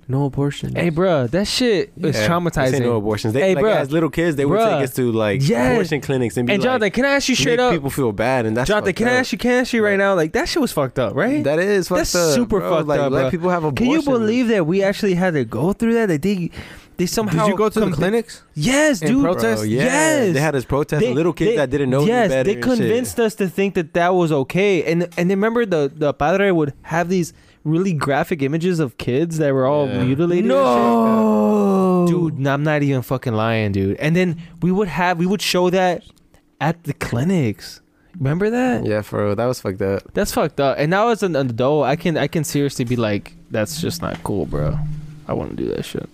S1: No abortion.
S2: hey, bruh, that shit is
S4: Yeah. They say
S2: traumatizing.
S4: no abortions. They,
S2: Hey,
S4: like,
S2: bruh.
S4: as little kids, they would
S2: Bruh.
S4: take us to like
S2: Yeah.
S4: abortion clinics and be
S2: and
S4: like,
S2: Jonathan, can I ask you
S4: make
S2: straight up?
S4: people feel bad, and that's
S2: Jonathan,
S4: fucked
S2: can I
S4: up.
S2: ask you? Can I ask you right now? Like that shit was fucked up, right?
S4: That is fucked
S2: That's
S4: up,
S2: super
S4: bro.
S2: fucked
S4: like,
S2: up,
S4: Let
S2: bro.
S4: people have abortions.
S2: can you believe that we actually had to go through that? Like they, they somehow.
S1: Did you go to the
S2: con-
S1: clinics?
S2: Yes,
S1: and
S2: dude.
S1: pro-
S4: Bro,
S1: protest?
S4: Oh, yeah.
S2: Yes.
S4: they had this protest.
S2: They-
S4: little kids
S2: they-
S4: that didn't know.
S2: Yes,
S4: any better
S2: they
S4: and shit.
S2: convinced us to think that that was okay, and and remember the the padre would have these really graphic images of kids that were all
S3: Yeah.
S2: mutilated. and
S1: No,
S2: shit. dude, no, I'm not even fucking lying, dude. And then we would have we would show that at the clinics. Remember that?
S4: Yeah, for real, that was fucked up.
S2: That's fucked up. And now as an adult, I can I can seriously be like, that's just not cool, bro. I wouldn't do that shit.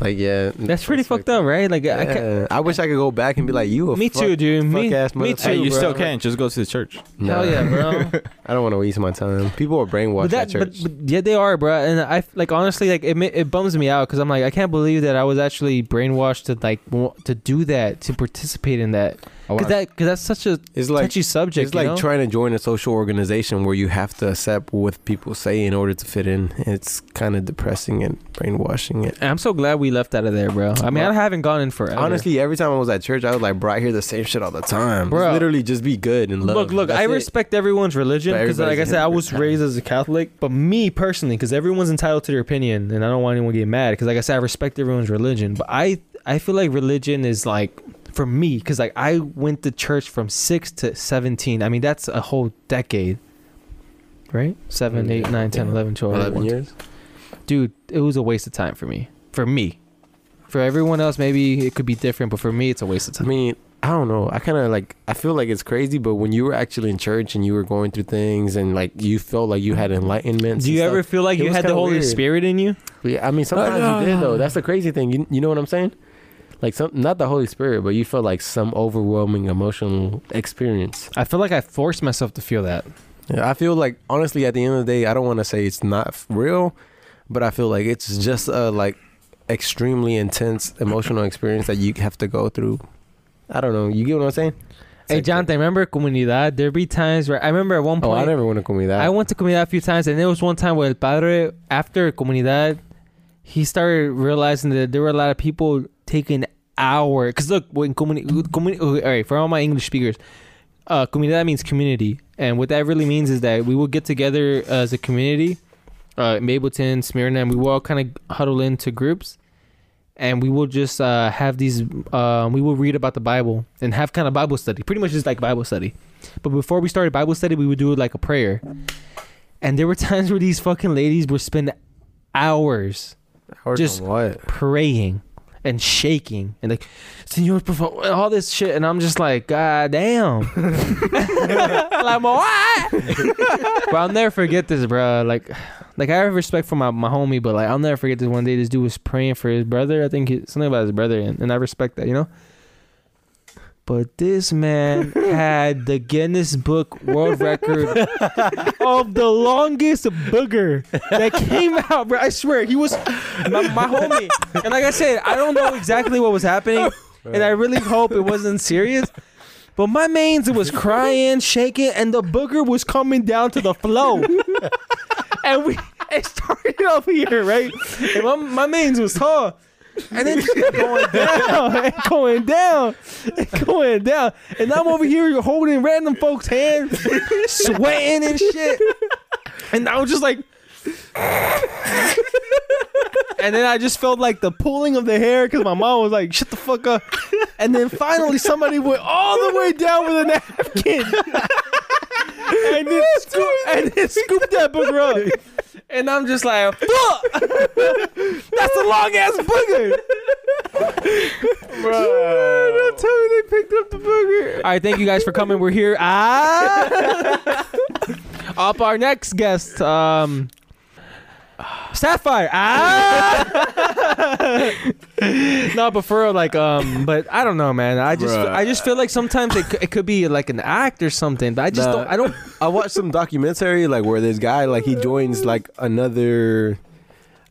S4: Like yeah,
S2: That's pretty fucked up, right? Like I can't.
S4: Yeah. I, wish I could go back and be like, you a
S2: Me
S4: fuck-
S2: too, dude. Me,
S4: fuck-ass
S2: me
S4: motherfucker.
S2: too.
S4: Hey,
S2: bro.
S4: you still
S2: Like,
S3: Just go to the church.
S4: Nah,
S2: Hell yeah, bro.
S4: I don't want to waste my time. People are brainwashed
S2: but that,
S4: at church.
S2: but, but yeah, they are, bro. And I like honestly, like it ma- it bums me out because I'm like, I can't believe that I was actually brainwashed to like wa- to do that, to participate in that,
S3: I
S2: because
S3: wanna-
S2: that because that's such a
S4: it's like
S2: touchy subject.
S4: it's
S2: you
S4: like
S2: know?
S4: trying to join a social organization where you have to accept what people say in order to fit in. It's kind of depressing and brainwashing. It
S2: And I'm so glad we left out of there, bro. I mean, I haven't gone in forever.
S4: honestly, every time I was at church, I was like, bro, I hear the same shit all the time. Just
S2: Bro.
S4: literally, just be good and love.
S2: Look, look,
S4: That's
S2: I
S4: it.
S2: respect everyone's religion
S4: But
S2: because, like I
S4: everybody's a
S2: said, I
S4: hypocrite.
S2: was raised as a Catholic. But me personally, because everyone's entitled to their opinion, and I don't want anyone to get mad. Because, like I said, I respect everyone's religion. But I, I feel like religion is like for me, because like I went to church from six to seventeen. I mean, that's a whole decade, right? Seven,
S4: Mm, Yeah.
S2: eight, nine, ten,
S4: Yeah.
S2: eleven, twelve,
S4: Eleven
S2: one-
S4: years.
S2: Dude, it was a waste of time for me. For me, for everyone else, maybe it could be different. But for me, it's a waste of
S4: I
S2: time.
S4: mean, I don't know. I kind of like. I feel like it's crazy, but when you were actually in church and you were going through things and like you felt like you had enlightenment.
S2: Do you ever feel like
S4: It
S2: you
S4: was
S2: had the
S4: kinda
S2: Holy
S4: weird.
S2: Spirit in you?
S4: Yeah, I mean, sometimes you did though. That's the crazy thing. You, you know what I'm saying? Like some, not the Holy Spirit, but you felt like some overwhelming emotional experience.
S2: I feel like I forced myself to feel that.
S4: Yeah, I feel like honestly, at the end of the day, I don't want to say it's not f- real, but I feel like it's just a like extremely intense emotional experience that you have to go through. I don't know. You get what I'm saying?
S2: Hey, Jonathan, remember Comunidad? There be times where I remember at one
S4: Oh,
S2: point
S4: I
S2: I,
S4: never want to call me that.
S2: went to Comunidad a few times, and there was one time where El Padre, after Comunidad, he started realizing that there were a lot of people taking hour. Because look, when Comunidad, communi- all right, for all my English speakers, uh, Comunidad means community, and what that really means is that we will get together as a community, uh, in Mapleton, Smyrna, and we will all kind of huddle into groups. And we will just uh, have these. Uh, we will read about the Bible and have kind of Bible study. Pretty much just like Bible study. But before we started Bible study, we would do like a prayer. And there were times where these fucking ladies would spend hours
S1: Or
S2: just-
S1: what?
S2: praying and shaking and like, Senor, por favor," and all this shit. And I'm just like, God damn. like, what? but I'll never forget this, bro. Like, like I have respect for my, my homie, but like, I'll never forget this one day. This dude was praying for his brother. I think he, something about his brother, and, and I respect that, you know? But this man had the Guinness Book World Record of the longest booger that came out, bro. I swear, he was my, my homie. And like I said, I don't know exactly what was happening, and I really hope it wasn't serious. But my mains was crying, shaking, and the booger was coming down to the flow. and we it started off here, right? And my, my mains was tall. And then just kept going down and going down and going down. And I'm over here holding random folks' hands, sweating and shit. And I was just like, and then I just felt like the pulling of the hair because my mom was like, "Shut the fuck up!" And then finally, somebody went all the way down with a napkin and then, scoop, and then scooped that booger up. And I'm just like, "Fuck, that's a long ass booger." Bro, don't tell me they picked up the booger. All right, thank you guys for coming. We're here. Ah, up our next guest. Um, Sapphire. Ah. no, but for real, like, um, but I don't know, man. I just,
S3: Bruh.
S2: I just feel like sometimes it, c- it could be like an act or something. But I just
S4: Nah.
S2: don't. I don't.
S4: I watched some documentary like where this guy like he joins like another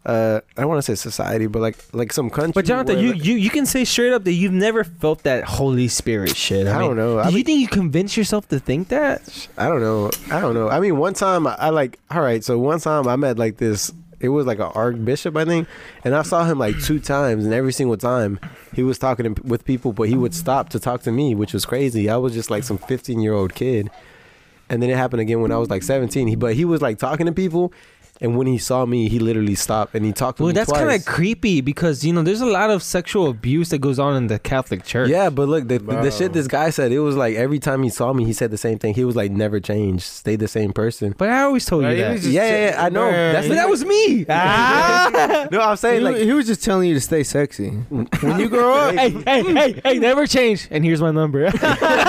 S4: uh I don't want to say society but like like some country.
S2: But Jonathan,
S4: where,
S2: you,
S4: like-
S2: you you can say straight up that you've never felt that Holy Spirit shit. I,
S4: I don't
S2: mean,
S4: know. I
S2: do you
S4: mean-
S2: think you convince yourself to think that?
S4: I don't know. I don't know. I mean, one time I, I like all right. So one time I met like this. It was like an archbishop, I think, and I saw him like two times, and every single time he was talking to- with people, but he would stop to talk to me, which was crazy. I was just like some fifteen-year-old kid, and then it happened again when I was like seventeen. He, but he was like talking to people, and when he saw me, he literally stopped and he talked to
S2: Well,
S4: me
S2: that's
S4: twice.
S2: kind of creepy because you know there's a lot of sexual abuse that goes on in the Catholic Church.
S4: Yeah, but look, the, the, the
S5: Wow.
S4: shit this guy said, it was like every time he saw me, he said the same thing. He was like, never changed, stay the same person.
S2: But I always told
S5: Like,
S2: you
S5: he
S2: that.
S5: was just-
S4: Yeah, yeah, yeah, I know.
S5: Man.
S4: That's
S2: But that was me. Ah!
S4: No, I'm saying
S1: he,
S4: like
S1: he was just telling you to stay sexy. When you grow up,
S2: hey, hey, hey, hey, never change. And here's my number.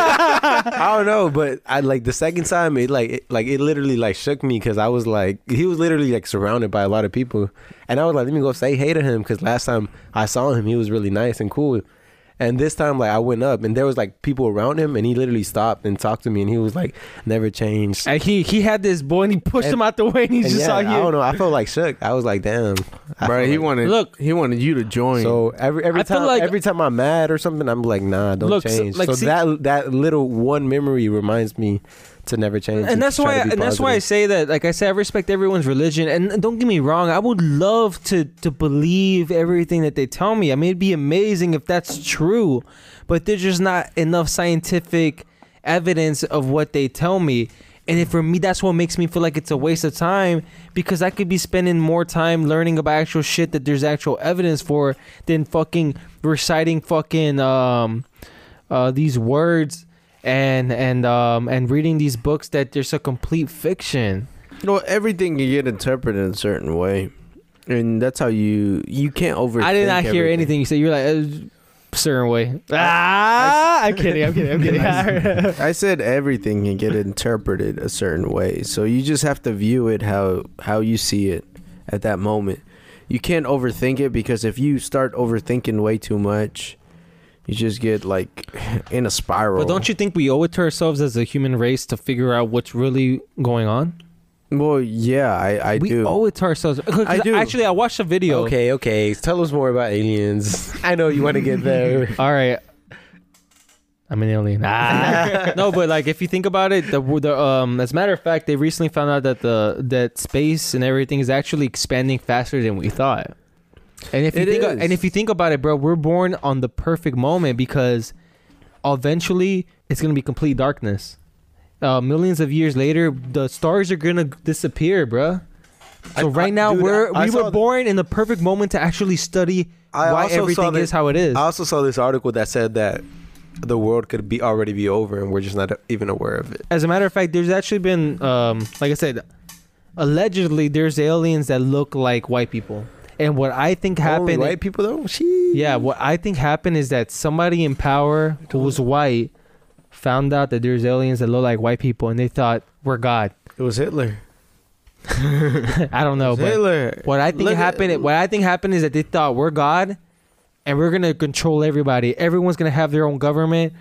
S4: I don't know, but I like the second time it like it, like it literally like shook me because I was like he was literally like surrounded by a lot of people, and I was like let me go say hey to him because last time I saw him he was really nice and cool, and this time like I went up and there was like people around him and he literally stopped and talked to me and he was like never changed.
S2: and he he had this boy and he pushed
S4: And-
S2: him out the way and he's
S4: And
S2: just
S4: yeah,
S2: out
S4: I don't
S2: here.
S4: know. I felt like shook. I was like damn, I
S1: bro,
S4: felt
S1: he
S4: like-
S1: wanted
S2: Look.
S1: look. He wanted you to join.
S4: So every every
S2: I feel
S4: time
S2: like-
S4: every time I'm mad or something, I'm like, nah, don't
S2: Look, so-
S4: change. So,
S2: like, see-
S4: that that little one memory reminds me to never change.
S2: And
S4: to
S2: that's
S4: try
S2: why
S4: to be
S2: and that's why I
S4: positive.
S2: say that like I say I respect everyone's religion and don't get me wrong, I would love to to believe everything that they tell me. I mean it'd be amazing if that's true, but there's just not enough scientific evidence of what they tell me. And if for me that's what makes me feel like it's a waste of time because I could be spending more time learning about actual shit that there's actual evidence for than fucking reciting fucking um uh, these words and and um and reading these books that there's a complete fiction.
S1: you know, everything can get interpreted in a certain way, and that's how you you can't over.
S2: I did not hear anything you said. You're like uh, certain way. Ah, I, am kidding. I'm kidding. I'm kidding.
S1: I said everything can get interpreted a certain way. So you just have to view it how how you see it at that moment. You can't overthink it because if you start overthinking way too much, you just get like in a spiral.
S2: but don't you think we owe it to ourselves as a human race to figure out what's really going on?
S1: Well, yeah, I I
S2: we
S1: do.
S2: owe it to ourselves. 'Cause
S1: I do.
S2: Actually, I watched a video.
S4: Okay, okay. Tell us more about aliens. I know you want to get there.
S2: All right. I'm an alien. Ah. no, but like if you think about it, the, the um as a matter of fact, they recently found out that the that space and everything is actually expanding faster than we thought. And if you
S1: It
S2: think
S1: is.
S2: and if you think about it, bro, we're born on the perfect moment because eventually it's gonna be complete darkness. Uh, millions of years later, the stars are gonna disappear, bro. So
S4: I-
S2: right
S4: I-
S2: now
S4: dude,
S2: we're
S4: I- I
S2: we
S4: saw-
S2: were born in the perfect moment to actually study
S4: I
S2: why
S4: also saw
S2: everything
S4: that-
S2: is how it is.
S4: I also saw this article that said that the world could be already be over and we're just not even aware of it.
S2: As a matter of fact, there's actually been, um, like I said, allegedly there's aliens that look like white people. And what I think
S4: Only
S2: happened,
S4: white people though. She.
S2: yeah, what I think happened is that somebody in power who was white found out that there's aliens that look like white people, and they thought we're God.
S1: It was Hitler.
S2: I don't know, Oh, but
S1: Hitler.
S2: what I think
S1: Look at-
S2: happened, what I think happened is that they thought we're God, and we're gonna control everybody. Everyone's gonna have their own government,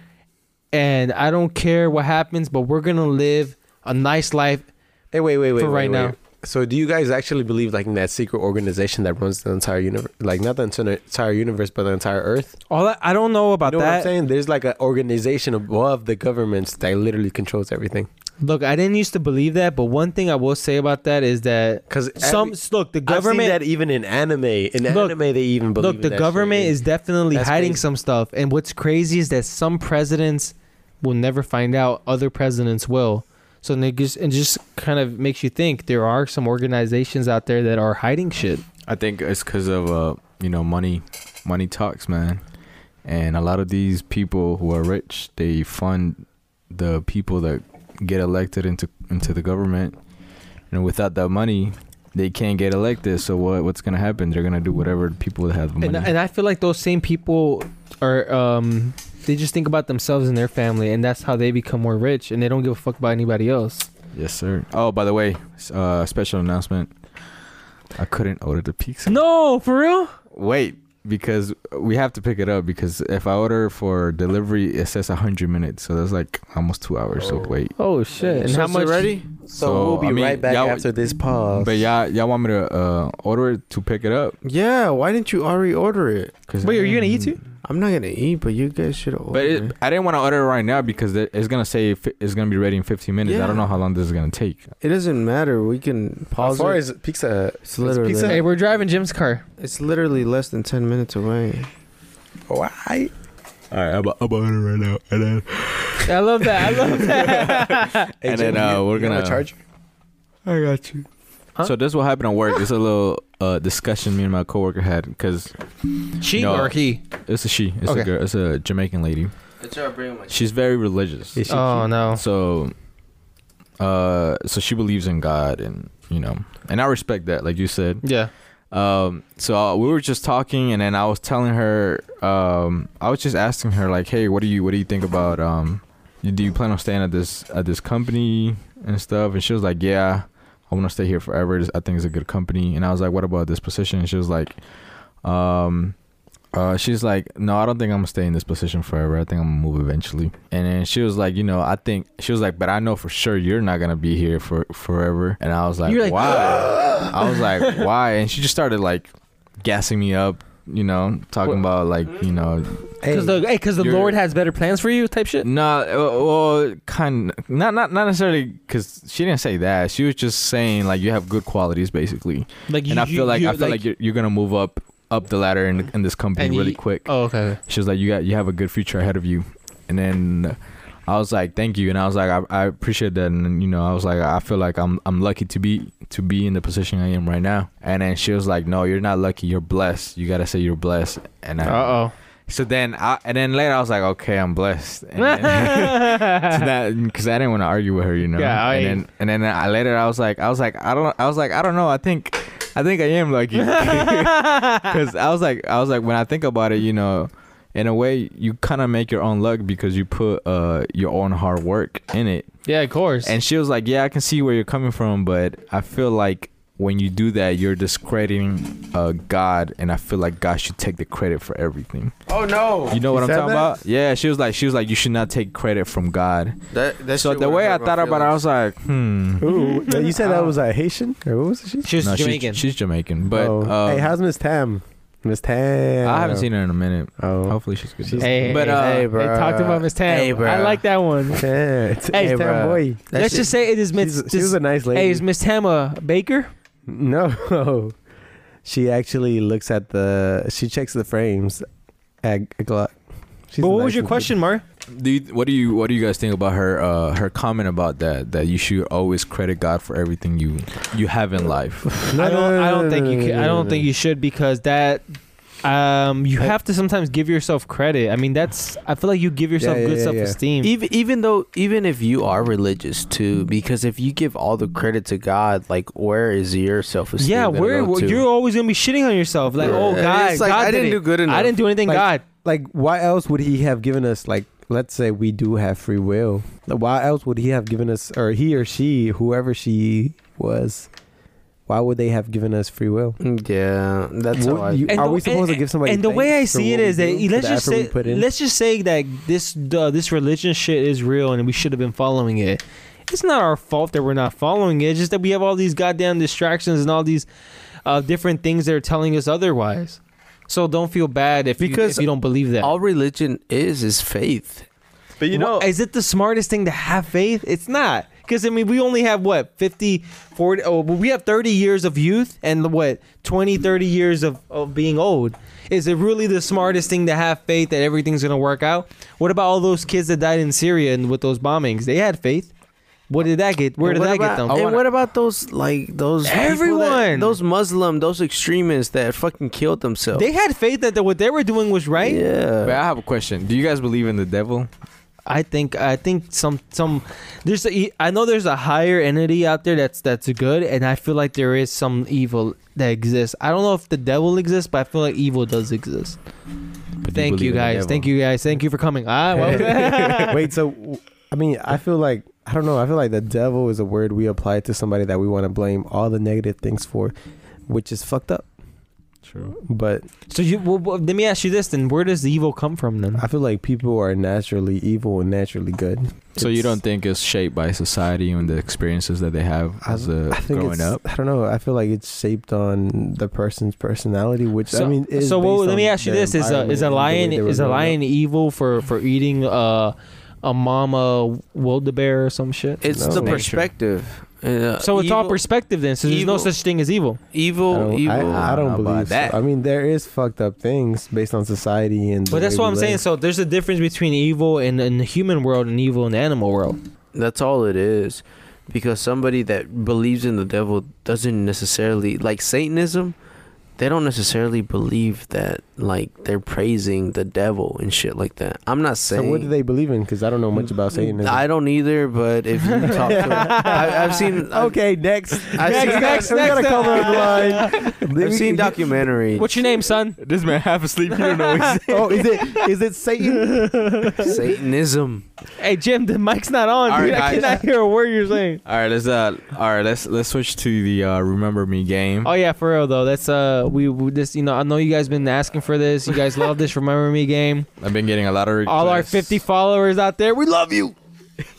S2: and I don't care what happens, but we're gonna live a nice life
S4: Hey, wait, wait, wait.
S2: For
S4: wait,
S2: right
S4: wait.
S2: now.
S4: So, do you guys actually believe like in that secret organization that runs the entire universe? Like not the entire entire universe, but the entire Earth.
S2: All I, I don't know about
S4: You know what I'm
S2: that.
S4: saying? There's like an organization above the governments that literally controls everything.
S2: look, I didn't used to believe that, but one thing I will say about that is that
S4: Because
S2: some look the government.
S4: that even in anime. In
S2: Look,
S4: anime, they even believe.
S2: Look,
S4: in
S2: the
S4: that
S2: government
S4: shit.
S2: is definitely
S4: That's
S2: hiding
S4: crazy.
S2: some stuff, and what's crazy is that some presidents will never find out. Other presidents will. So niggas, and just kind of makes you think there are some organizations out there that are hiding shit.
S3: I think it's because of uh, you know, money, money talks, man. And a lot of these people who are rich, they fund the people that get elected into into the government. And without that money, they can't get elected. So what what's gonna happen? They're gonna do whatever the people that have the money.
S2: And, and I feel like those same people are, um, they just think about themselves and their family, and that's how they become more rich, and they don't give a fuck about anybody else.
S3: yes, sir. Oh, by the way, s- uh, special announcement. I couldn't order the pizza.
S2: No, for real?
S3: Wait, because we have to pick it up because if I order for delivery, it says 100 minutes. So that's like almost two hours. So
S4: Oh.
S3: wait.
S2: Oh shit! And
S1: So
S2: how
S1: it's
S2: much?
S1: already?
S4: So,
S3: So,
S4: we'll be
S3: I mean,
S4: right back
S3: y'all-
S4: after this pause.
S3: But y'all, y'all want me to uh, order it to pick it up?
S1: Yeah, why didn't you already order it?
S3: 'Cause-
S2: Wait, are you gonna eat too?
S1: I'm not gonna eat, but you guys should order.
S3: But it, I didn't want to order it right now because it- it's gonna say fi- it's gonna be ready in 15 minutes.
S1: Yeah.
S3: I don't know how long this is gonna take.
S1: it doesn't matter. We can
S4: as
S1: pause
S4: far
S1: it.
S4: as pizza,
S1: it's literally,
S4: pizza-
S2: Hey, we're driving Jim's car.
S1: it's literally less than ten minutes away.
S4: oh, I
S3: All right, I'm about to order right now, and then
S2: I love that. I love that.
S4: Hey,
S3: And then,
S4: Jim,
S3: uh,
S4: you-
S3: we're
S4: you have a
S3: gonna-
S4: charge.
S3: I got you.
S2: Huh?
S3: So this is what happened at work. It's a little uh, discussion me and my coworker had because
S2: she
S3: No.
S2: or he?
S3: it's a she, it's
S2: Okay.
S3: a girl, it's a Jamaican lady. She's very religious.
S4: Is she
S2: Oh no.
S3: So, uh, so she believes in God, and you know, and I respect that, like you said.
S2: Yeah.
S3: Um, so uh, we were just talking, and then I was telling her, um, I was just asking her, like, hey, what do you, what do you think about, um, you- do you plan on staying at this, at this company and stuff? And she was like, yeah, I want to stay here forever. This- I think it's a good company. And I was like, what about this position? And she was like, um, uh, she's like, no, I don't think I'm gonna stay in this position forever. I think I'm gonna move eventually. And then she was like, you know, I think she was like, but I know for sure you're not gonna be here for forever. And I was like,
S2: You're like,
S3: why? I was like, why? And she just started like gassing me up, you know, talking
S2: What?
S3: about like, you know,
S2: Because the hey, 'cause the
S3: You're-
S2: Lord has better plans for you, type shit.
S3: no, uh, well, kind, not not not necessarily because she didn't say that. She was just saying like you have good qualities basically,
S2: Like
S3: and I feel like I feel like, you're, you're gonna move up up the ladder in in this company
S2: And
S3: really
S2: you-
S3: quick.
S2: Oh okay.
S3: She was like, "You got, you have a good future ahead of you," and then I was like, "Thank you," and I was like, "I, I appreciate that," and you know, I was like, "I feel like I'm, I'm lucky to be, to be in the position I am right now." And then she was like, "No, you're not lucky. You're blessed. You gotta say you're blessed." And
S2: Uh
S3: I,
S2: oh.
S3: so then, I, and then later I was like, "Okay, I'm blessed." And then, so
S2: yeah.
S3: that because I didn't want to argue with her, you know.
S2: Yeah, I-
S3: and then and then I, later I was like, I was like, I don't, I was like, I don't know. I think, I think I am lucky because I was like, I was like, when I think about it, you know, in a way, you kind of make your own luck because you put uh your own hard work in it.
S2: Of course.
S3: And she was like, Yeah, I can see where you're coming from, but I feel like when you do that, you're discrediting uh God, and I feel like God should take the credit for everything.
S1: Oh no!
S3: You know what
S4: She
S3: I'm
S4: said
S3: talking
S4: that?
S3: about? Yeah, she was like, she was like, you should not take credit from God
S1: That, that
S3: so
S1: shit
S3: the
S1: would've
S3: way I
S1: hurt my
S3: thought about it, I
S1: feelings.
S3: was like, hmm.
S4: Ooh, that- you
S2: Oh.
S4: said that was a Haitian. Or what was she?
S2: she was
S3: No, she's-
S2: Jamaican.
S3: She's, Jamaican, but
S4: oh.
S3: um,
S4: hey, how's Miss Tam? Miss Tam.
S3: I haven't seen her in a minute.
S4: Oh,
S3: Hopefully, she's good.
S4: She's-
S2: hey,
S3: But,
S2: hey,
S3: uh,
S2: hey,
S1: hey,
S2: they
S1: bruh.
S2: talked about Miss Tam.
S1: Hey,
S2: I
S1: bruh.
S2: like that one.
S4: Tam. It's
S2: Hey,
S4: Miss
S1: bruh.
S4: Tam boy.
S1: That
S2: Let's
S1: shit-
S2: just say it is Miss.
S4: She's- she was a nice lady.
S2: hey, is Miss Tam a baker?
S4: No, she actually looks at the. She checks the frames at Glock. She's
S2: but what
S4: a
S2: was
S4: nice
S2: your
S4: lady.
S2: question, Mar?
S3: Do you, what do you what do you guys think about her uh, her comment about that that you should always credit God for everything you you have in life?
S4: No,
S2: I
S4: no,
S2: don't.
S4: no,
S2: I
S4: no,
S2: don't
S4: no,
S2: think
S4: no,
S2: you.
S4: no,
S2: Can,
S4: no,
S2: I don't
S4: no.
S2: think you should because that. Um, you
S4: Hey.
S2: have to sometimes give yourself credit. I mean, that's. I feel like you give yourself
S4: yeah,
S2: good
S4: yeah, yeah.
S2: self-esteem.
S1: even even though even if you are religious too, because if you give all the credit to God, like where is your self esteem?
S2: Yeah, where where- you're always gonna be shitting on yourself. Like,
S1: Yeah.
S2: oh
S1: And
S2: God,
S1: it's like,
S2: God
S1: I didn't
S2: did
S1: do
S2: it.
S1: good
S2: I
S1: enough.
S2: didn't do anything.
S4: Like-
S2: God,
S4: Like, why else would he have given us like? Let's say we do have free will. Why else would he have given us, or he or she, whoever she was, why would they have given us free will?
S1: yeah, that's
S4: Would
S1: how I.
S4: you-
S1: feel.
S4: are we supposed to give somebody
S2: And the way I
S4: thanks for
S2: see it
S4: what
S2: is
S4: we
S2: that
S4: do, for
S2: let's
S4: the
S2: just
S4: effort we
S2: say
S4: put in?
S2: let's just say that this uh, this religion shit is real and we should have been following it. It's not our fault that we're not following it. It's just that we have all these goddamn distractions and all these uh, different things that are telling us otherwise. So don't feel bad if you,
S1: Because
S2: if you don't believe that.
S1: all religion is is faith.
S5: But you know,
S2: Wha- is it the smartest thing to have faith? It's not. Because, I mean, we only have what, 50, 40, oh, well, we have 30 years of youth and what, 20, 30 years of, of being old. Is it really the smartest thing to have faith that everything's going to work out? What about all those kids that died in Syria and with those bombings? They had faith. What did that get? Where
S1: And
S2: did
S1: what
S2: that
S1: about,
S2: get them?
S1: And what about those like those people that-
S2: Everyone.
S1: those Muslim, those extremists that fucking killed themselves?
S2: They had faith that the, what they were doing was right.
S1: Yeah.
S5: But I have a question. Do you guys believe in the devil?
S2: I think I think some some there's a, e, I know there's a higher entity out there that's that's good, and I feel like there is some evil that exists. I don't know if the devil exists, but I feel like evil does exist.
S5: But do
S2: Thank
S5: believe
S2: you
S5: in the
S2: guys.
S5: devil?
S2: Thank you guys. Thank you for coming. Ah, well,
S4: Wait, so I mean, I feel like I don't know. I feel like the devil is a word we apply to somebody that we want to blame all the negative things for, which is fucked up.
S3: True.
S4: But
S2: so you well, well, let me ask you this then: Where does the evil come from then?
S4: I feel like people are naturally evil and naturally good.
S3: So you don't think it's shaped by society and the experiences that they have
S4: I-
S3: as a
S4: I think
S3: growing
S4: it's-
S3: up?
S4: I don't know. I feel like it's shaped on the person's personality, which
S2: So-
S4: I mean. Is
S2: so
S4: based
S2: well, let me
S4: on
S2: ask you
S4: their
S2: this: Is a is a
S4: environment and
S2: lion
S4: the way they were
S2: is a
S4: growing up.
S2: lion evil for for eating uh, a mama wildebeer or some shit?
S1: It's
S4: No.
S1: the
S4: Nature.
S1: perspective. Uh,
S2: so it's all
S1: evil-
S2: perspective then. So there's no
S1: evil-
S2: such thing as evil.
S1: evil.
S4: I don't,
S1: evil.
S4: I, I
S5: I
S4: don't
S5: don't know
S4: believe
S5: about
S4: that.
S5: that.
S4: I mean, there is fucked up things based on society and. the
S2: But that's
S4: way
S2: what
S4: we
S2: I'm
S4: live.
S2: saying. So there's a difference between evil in, in the human world and evil in the animal world.
S1: That's all it is. Because somebody that believes in the devil doesn't necessarily like Satanism, they don't necessarily believe that like they're praising the devil and shit like that. I'm not
S4: So
S1: saying
S4: what do they believe in? Because I don't know much about Satanism.
S1: I don't either, but if you talk to I, I've seen I've-
S4: okay, next.
S1: I've
S2: Next,
S1: seen,
S2: next,
S4: we gotta
S2: next.
S4: color blind.
S1: I've seen documentaries.
S2: What's your name, son?
S5: This man half asleep. You don't know. What he's
S4: Oh, is it is it Satan?
S1: Satanism.
S2: Hey, Jim, the mic's not on.
S5: All
S2: dude.
S5: right,
S2: I
S5: guys.
S2: cannot hear a word you're saying.
S5: all right, let's uh, all right, let's let's switch to the uh, remember me game.
S2: Oh yeah, for real though. That's uh, we, we this you know I know you guys been asking for this. You guys love this Remember Me game.
S5: I've been getting a lot of requests.
S2: All our 50 followers out there, we love you.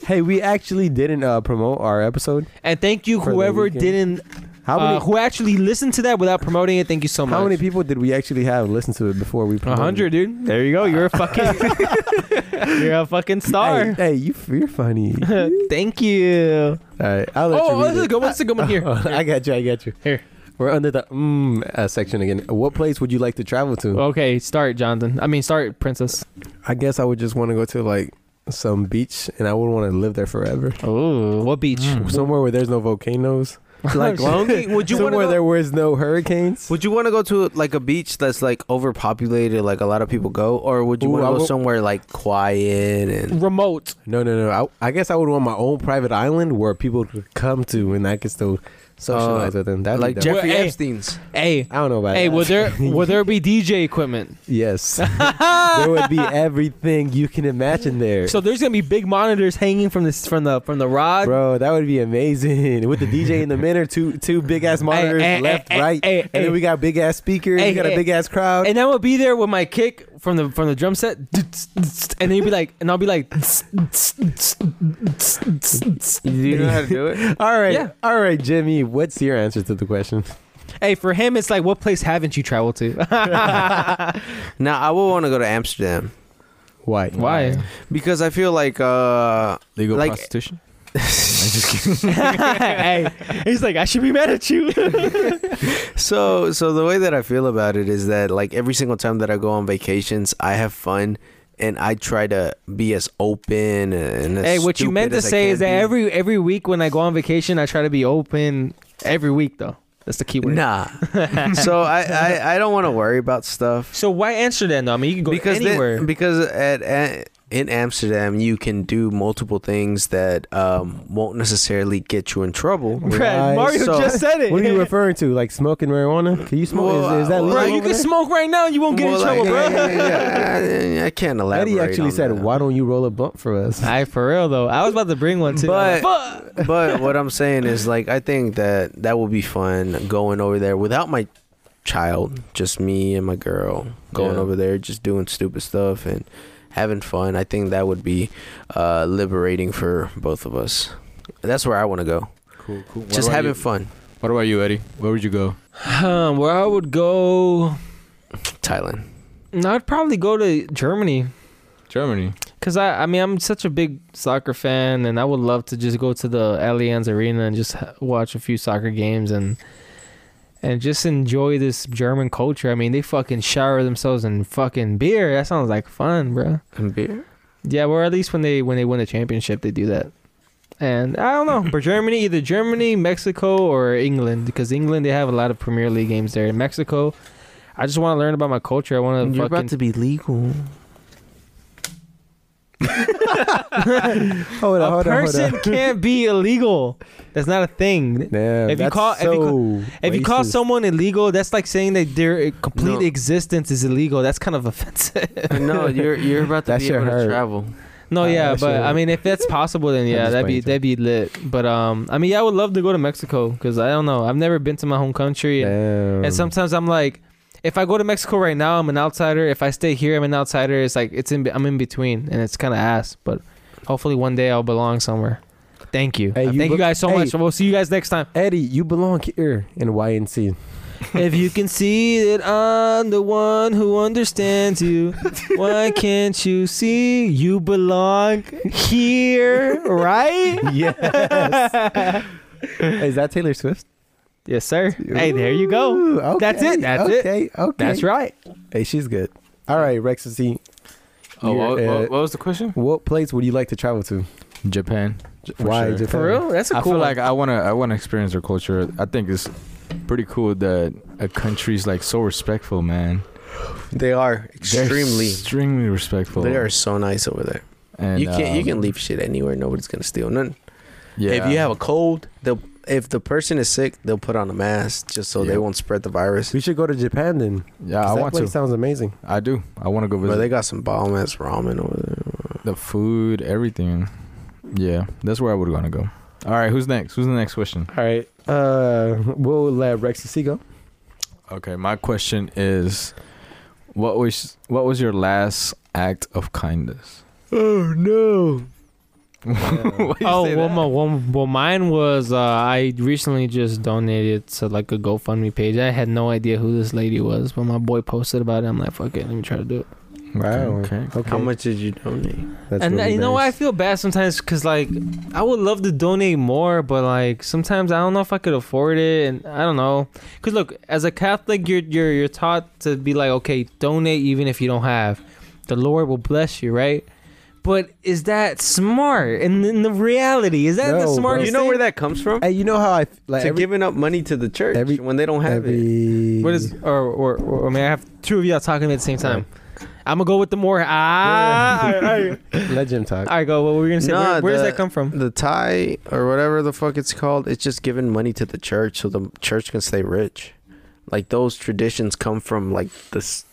S4: hey, we actually didn't uh, promote our episode.
S2: And thank you
S4: For the
S2: whoever
S4: weekend.
S2: didn't
S4: How many?
S2: uh, who actually listened to that without promoting it. Thank you so much.
S4: how many people did we actually have listen to it before we?
S2: A
S4: promoted
S2: hundred,
S4: it?
S2: dude. There you go. You're a fucking you're a fucking
S4: Hey,
S2: star.
S4: hey, you you're funny. All
S2: thank you.
S4: right, I'll let
S2: Oh,
S4: you read
S2: this is a
S4: it.
S2: good one. This is a good one here.
S4: Oh, I got you. I got you.
S2: Here.
S4: We're under the mm uh, section again. What place would you like to travel to?
S2: Okay, start, Jonathan. I mean, start, Princess.
S4: I guess I would just want to go to like some beach, and I would want to live there forever.
S2: Oh, what beach?
S4: Somewhere where there's no volcanoes.
S2: Oh,
S1: Like Longy, would you want
S4: Somewhere
S1: to
S4: there was no hurricanes.
S1: Would you want to go to like a beach that's like overpopulated, like a lot of people go, or would you
S4: Ooh,
S1: want
S4: I
S1: to go
S4: wo-
S1: somewhere like quiet and
S2: Remote.
S4: No, no, no. I, I guess I would want my own private island where people could come to, and I could still socialize
S1: Uh,
S4: with them. That
S1: like
S4: Jeff-
S1: Jeffrey
S2: Well, hey.
S1: Epstein's?
S2: Hey,
S4: I don't know about
S2: hey,
S4: that.
S2: will there will there be DJ equipment?
S4: yes, there would be everything you can imagine there.
S2: So there's gonna be big monitors hanging from this from the from the rod.
S4: Bro, that would be amazing with the DJ in the middle, two two big ass monitors,
S2: hey,
S4: left,
S2: hey,
S4: right,
S2: hey,
S4: and
S2: hey.
S4: then we got big ass speakers.
S2: Hey,
S4: we got
S2: hey.
S4: a big ass crowd.
S2: And I will be there with my kick from the from the drum set, and then you'd be like, and I'll be like,
S5: Do you know how to do it?
S4: all right,
S2: Yeah.
S4: all right, Jimmy, what's your answer to the question?
S2: hey, for him, it's like, what place haven't you traveled to?
S1: Now I would want to go to Amsterdam
S4: Why?
S2: Why?
S1: because I feel like uh
S5: Legal
S1: Like-
S5: prostitution. I'm just kidding.
S2: hey, he's like, I should be mad at you.
S1: so so the way that I feel about it is that like every single time that I go on vacations, I have fun and I try to be as open and as
S2: hey, what you
S1: stupid
S2: meant to
S1: as I
S2: say
S1: can
S2: is that
S1: be.
S2: every every week when I go on vacation, I try to be open every week though. That's the key word.
S1: nah. so I I, I don't want to worry about stuff.
S2: So why Amsterdam though? I mean, you can go
S1: because the-
S2: anywhere.
S1: because at, at in Amsterdam you can do multiple things that um, won't necessarily get you in trouble.
S2: Brad,
S4: Right,
S2: Mario
S1: so-
S2: just said it.
S4: What are you referring to? Like smoking marijuana? Can you smoke?
S1: Well,
S4: is, is that
S1: uh,
S4: legal?
S2: Bro,
S1: Right,
S2: you
S4: over
S2: can
S4: there?
S2: smoke right now. and You won't get in
S1: Well,
S2: trouble,
S1: like,
S2: bro.
S1: yeah, yeah, yeah, I, I can't
S2: uh,
S1: elaborate.
S4: Eddie actually
S1: on
S4: said,
S1: that.
S4: "Why don't you roll a blunt for us?"
S2: I for real though. I was about to bring one too.
S1: But-
S2: Fuck.
S1: but what I'm saying is, like, I think that that would be fun going over there without my child, just me and my girl going
S5: Yeah.
S1: over there, just doing stupid stuff and having fun. I think that would be uh, liberating for both of us. That's where I want to go.
S5: cool, cool. What
S1: just
S5: about
S1: having
S5: you?
S1: fun.
S5: What about you, Eddie? Where would you go?
S2: Um, where I would go,
S1: Thailand.
S2: no, I'd probably go to Germany.
S5: Germany.
S2: Cause I, I mean, I'm such a big soccer fan, and I would love to just go to the Allianz Arena and just ha- watch a few soccer games and and just enjoy this German culture. I mean, they fucking shower themselves in fucking beer. That sounds like fun, bro.
S1: And beer?
S2: Yeah, well, at least when they when they win a championship, they do that. And I don't know, but Germany, either Germany, Mexico, or England, because England they have a lot of Premier League games there. In Mexico, I just want to learn about my culture. I want to
S1: You're
S2: fucking
S1: about to be legal.
S4: Hold
S2: a person can't be illegal. That's not a thing. If
S4: Damn,
S2: you
S4: that's
S2: call- if you
S4: so
S2: If you call
S4: racist.
S2: someone illegal, that's like saying that their e,
S1: No.
S2: complete existence is illegal. That's kind of offensive.
S1: no, you're you're about to
S4: That
S1: be
S4: shit
S1: able to
S4: hurt.
S1: travel.
S2: No,
S4: Uh,
S2: yeah,
S4: that
S2: but
S4: shit-
S2: I mean, if that's possible, then yeah,
S4: just
S2: that'd be
S4: plain
S2: that'd be lit. But um, I mean, yeah, I would love to go to Mexico because I don't know, I've never been to my home country, and,
S4: Damn.
S2: and sometimes I'm like, if I go to Mexico right now, I'm an outsider. If I stay here, I'm an outsider. It's like it's in I'm in between, and it's kind of ass. But hopefully, one day I'll belong somewhere. Thank you,
S4: Hey, you
S2: thank you
S4: look-
S2: guys so
S4: hey.
S2: much. We'll see you guys next time.
S4: Eddie, you belong here in YNC.
S2: if you can see that I'm the one who understands you, why can't you see you belong here, right?
S4: Yes. Is that Taylor Swift?
S2: Yes, sir. Hey, there you go.
S4: Ooh, okay,
S2: That's it, that's it.
S4: okay, it. Okay.
S2: That's right.
S4: Hey, she's good. All right, Rex and C.
S5: Oh,
S4: you're,
S5: what,
S4: uh,
S5: what, what was the question?
S4: What place would you like to travel to?
S3: Japan. for
S4: Why
S3: sure.
S4: Japan?
S2: For real? That's
S3: I
S2: a cool
S3: feel
S2: one.
S3: like I wanna I wanna experience their culture. I think it's pretty cool that a country's like so respectful, man.
S1: They are
S3: They're extremely respectful.
S1: They are so nice over there.
S3: And,
S1: you can't you
S3: um,
S1: can leave shit anywhere. Nobody's gonna steal none.
S3: Yeah.
S1: If you have a cold, they'll if the person is sick, they'll put on a mask just so
S3: Yeah.
S1: they won't spread the virus.
S4: We should go to Japan then.
S3: yeah,
S4: 'cause
S3: I
S4: that
S3: want
S4: place
S3: to.
S4: sounds amazing.
S3: I do. I want to go
S1: But
S3: visit
S1: they got some bomb ass ramen over there.
S3: the food, everything. Yeah, that's where I would want to go. All right, who's next? Who's the next question?
S4: All right. Uh, we'll let Rex and C go.
S3: Okay, my question is, what was what was your last act of kindness?
S5: Oh no!
S2: oh, well, my, well, well, mine was uh, I recently just donated to like a GoFundMe page. I had no idea who this lady was, but my boy posted about it. I'm like, fuck it, let me try to do it.
S3: Okay.
S4: Okay.
S1: How much did you donate?
S4: That's
S2: and uh,
S4: really
S2: you know what? I
S4: nice.
S2: feel bad sometimes because like I would love to donate more, but like sometimes I don't know if I could afford it, and I don't know. Cause look, as a Catholic, you're you're you're taught to be like, okay, donate even if you don't have. The Lord will bless you, right? But is that smart? And in the reality, is that
S4: No,
S2: the
S4: bro.
S2: smartest?
S1: You know where
S2: thing?
S1: that comes from?
S4: Hey, you know how I f- like
S1: to
S4: every,
S1: giving up money to the church
S4: every-
S1: when they don't have it.
S4: every-
S2: What is or or, or or may I have two of y'all talking at the same time? I'm gonna go with the more ah.
S4: Yeah.
S2: All right, all right.
S4: Let Jim talk.
S2: All right, go. What were we gonna say?
S1: Nah,
S2: where where does
S1: the-
S2: that come from?
S1: The tie or whatever the fuck it's called, it's just giving money to the church so the church can stay rich. Like those traditions come from like the s-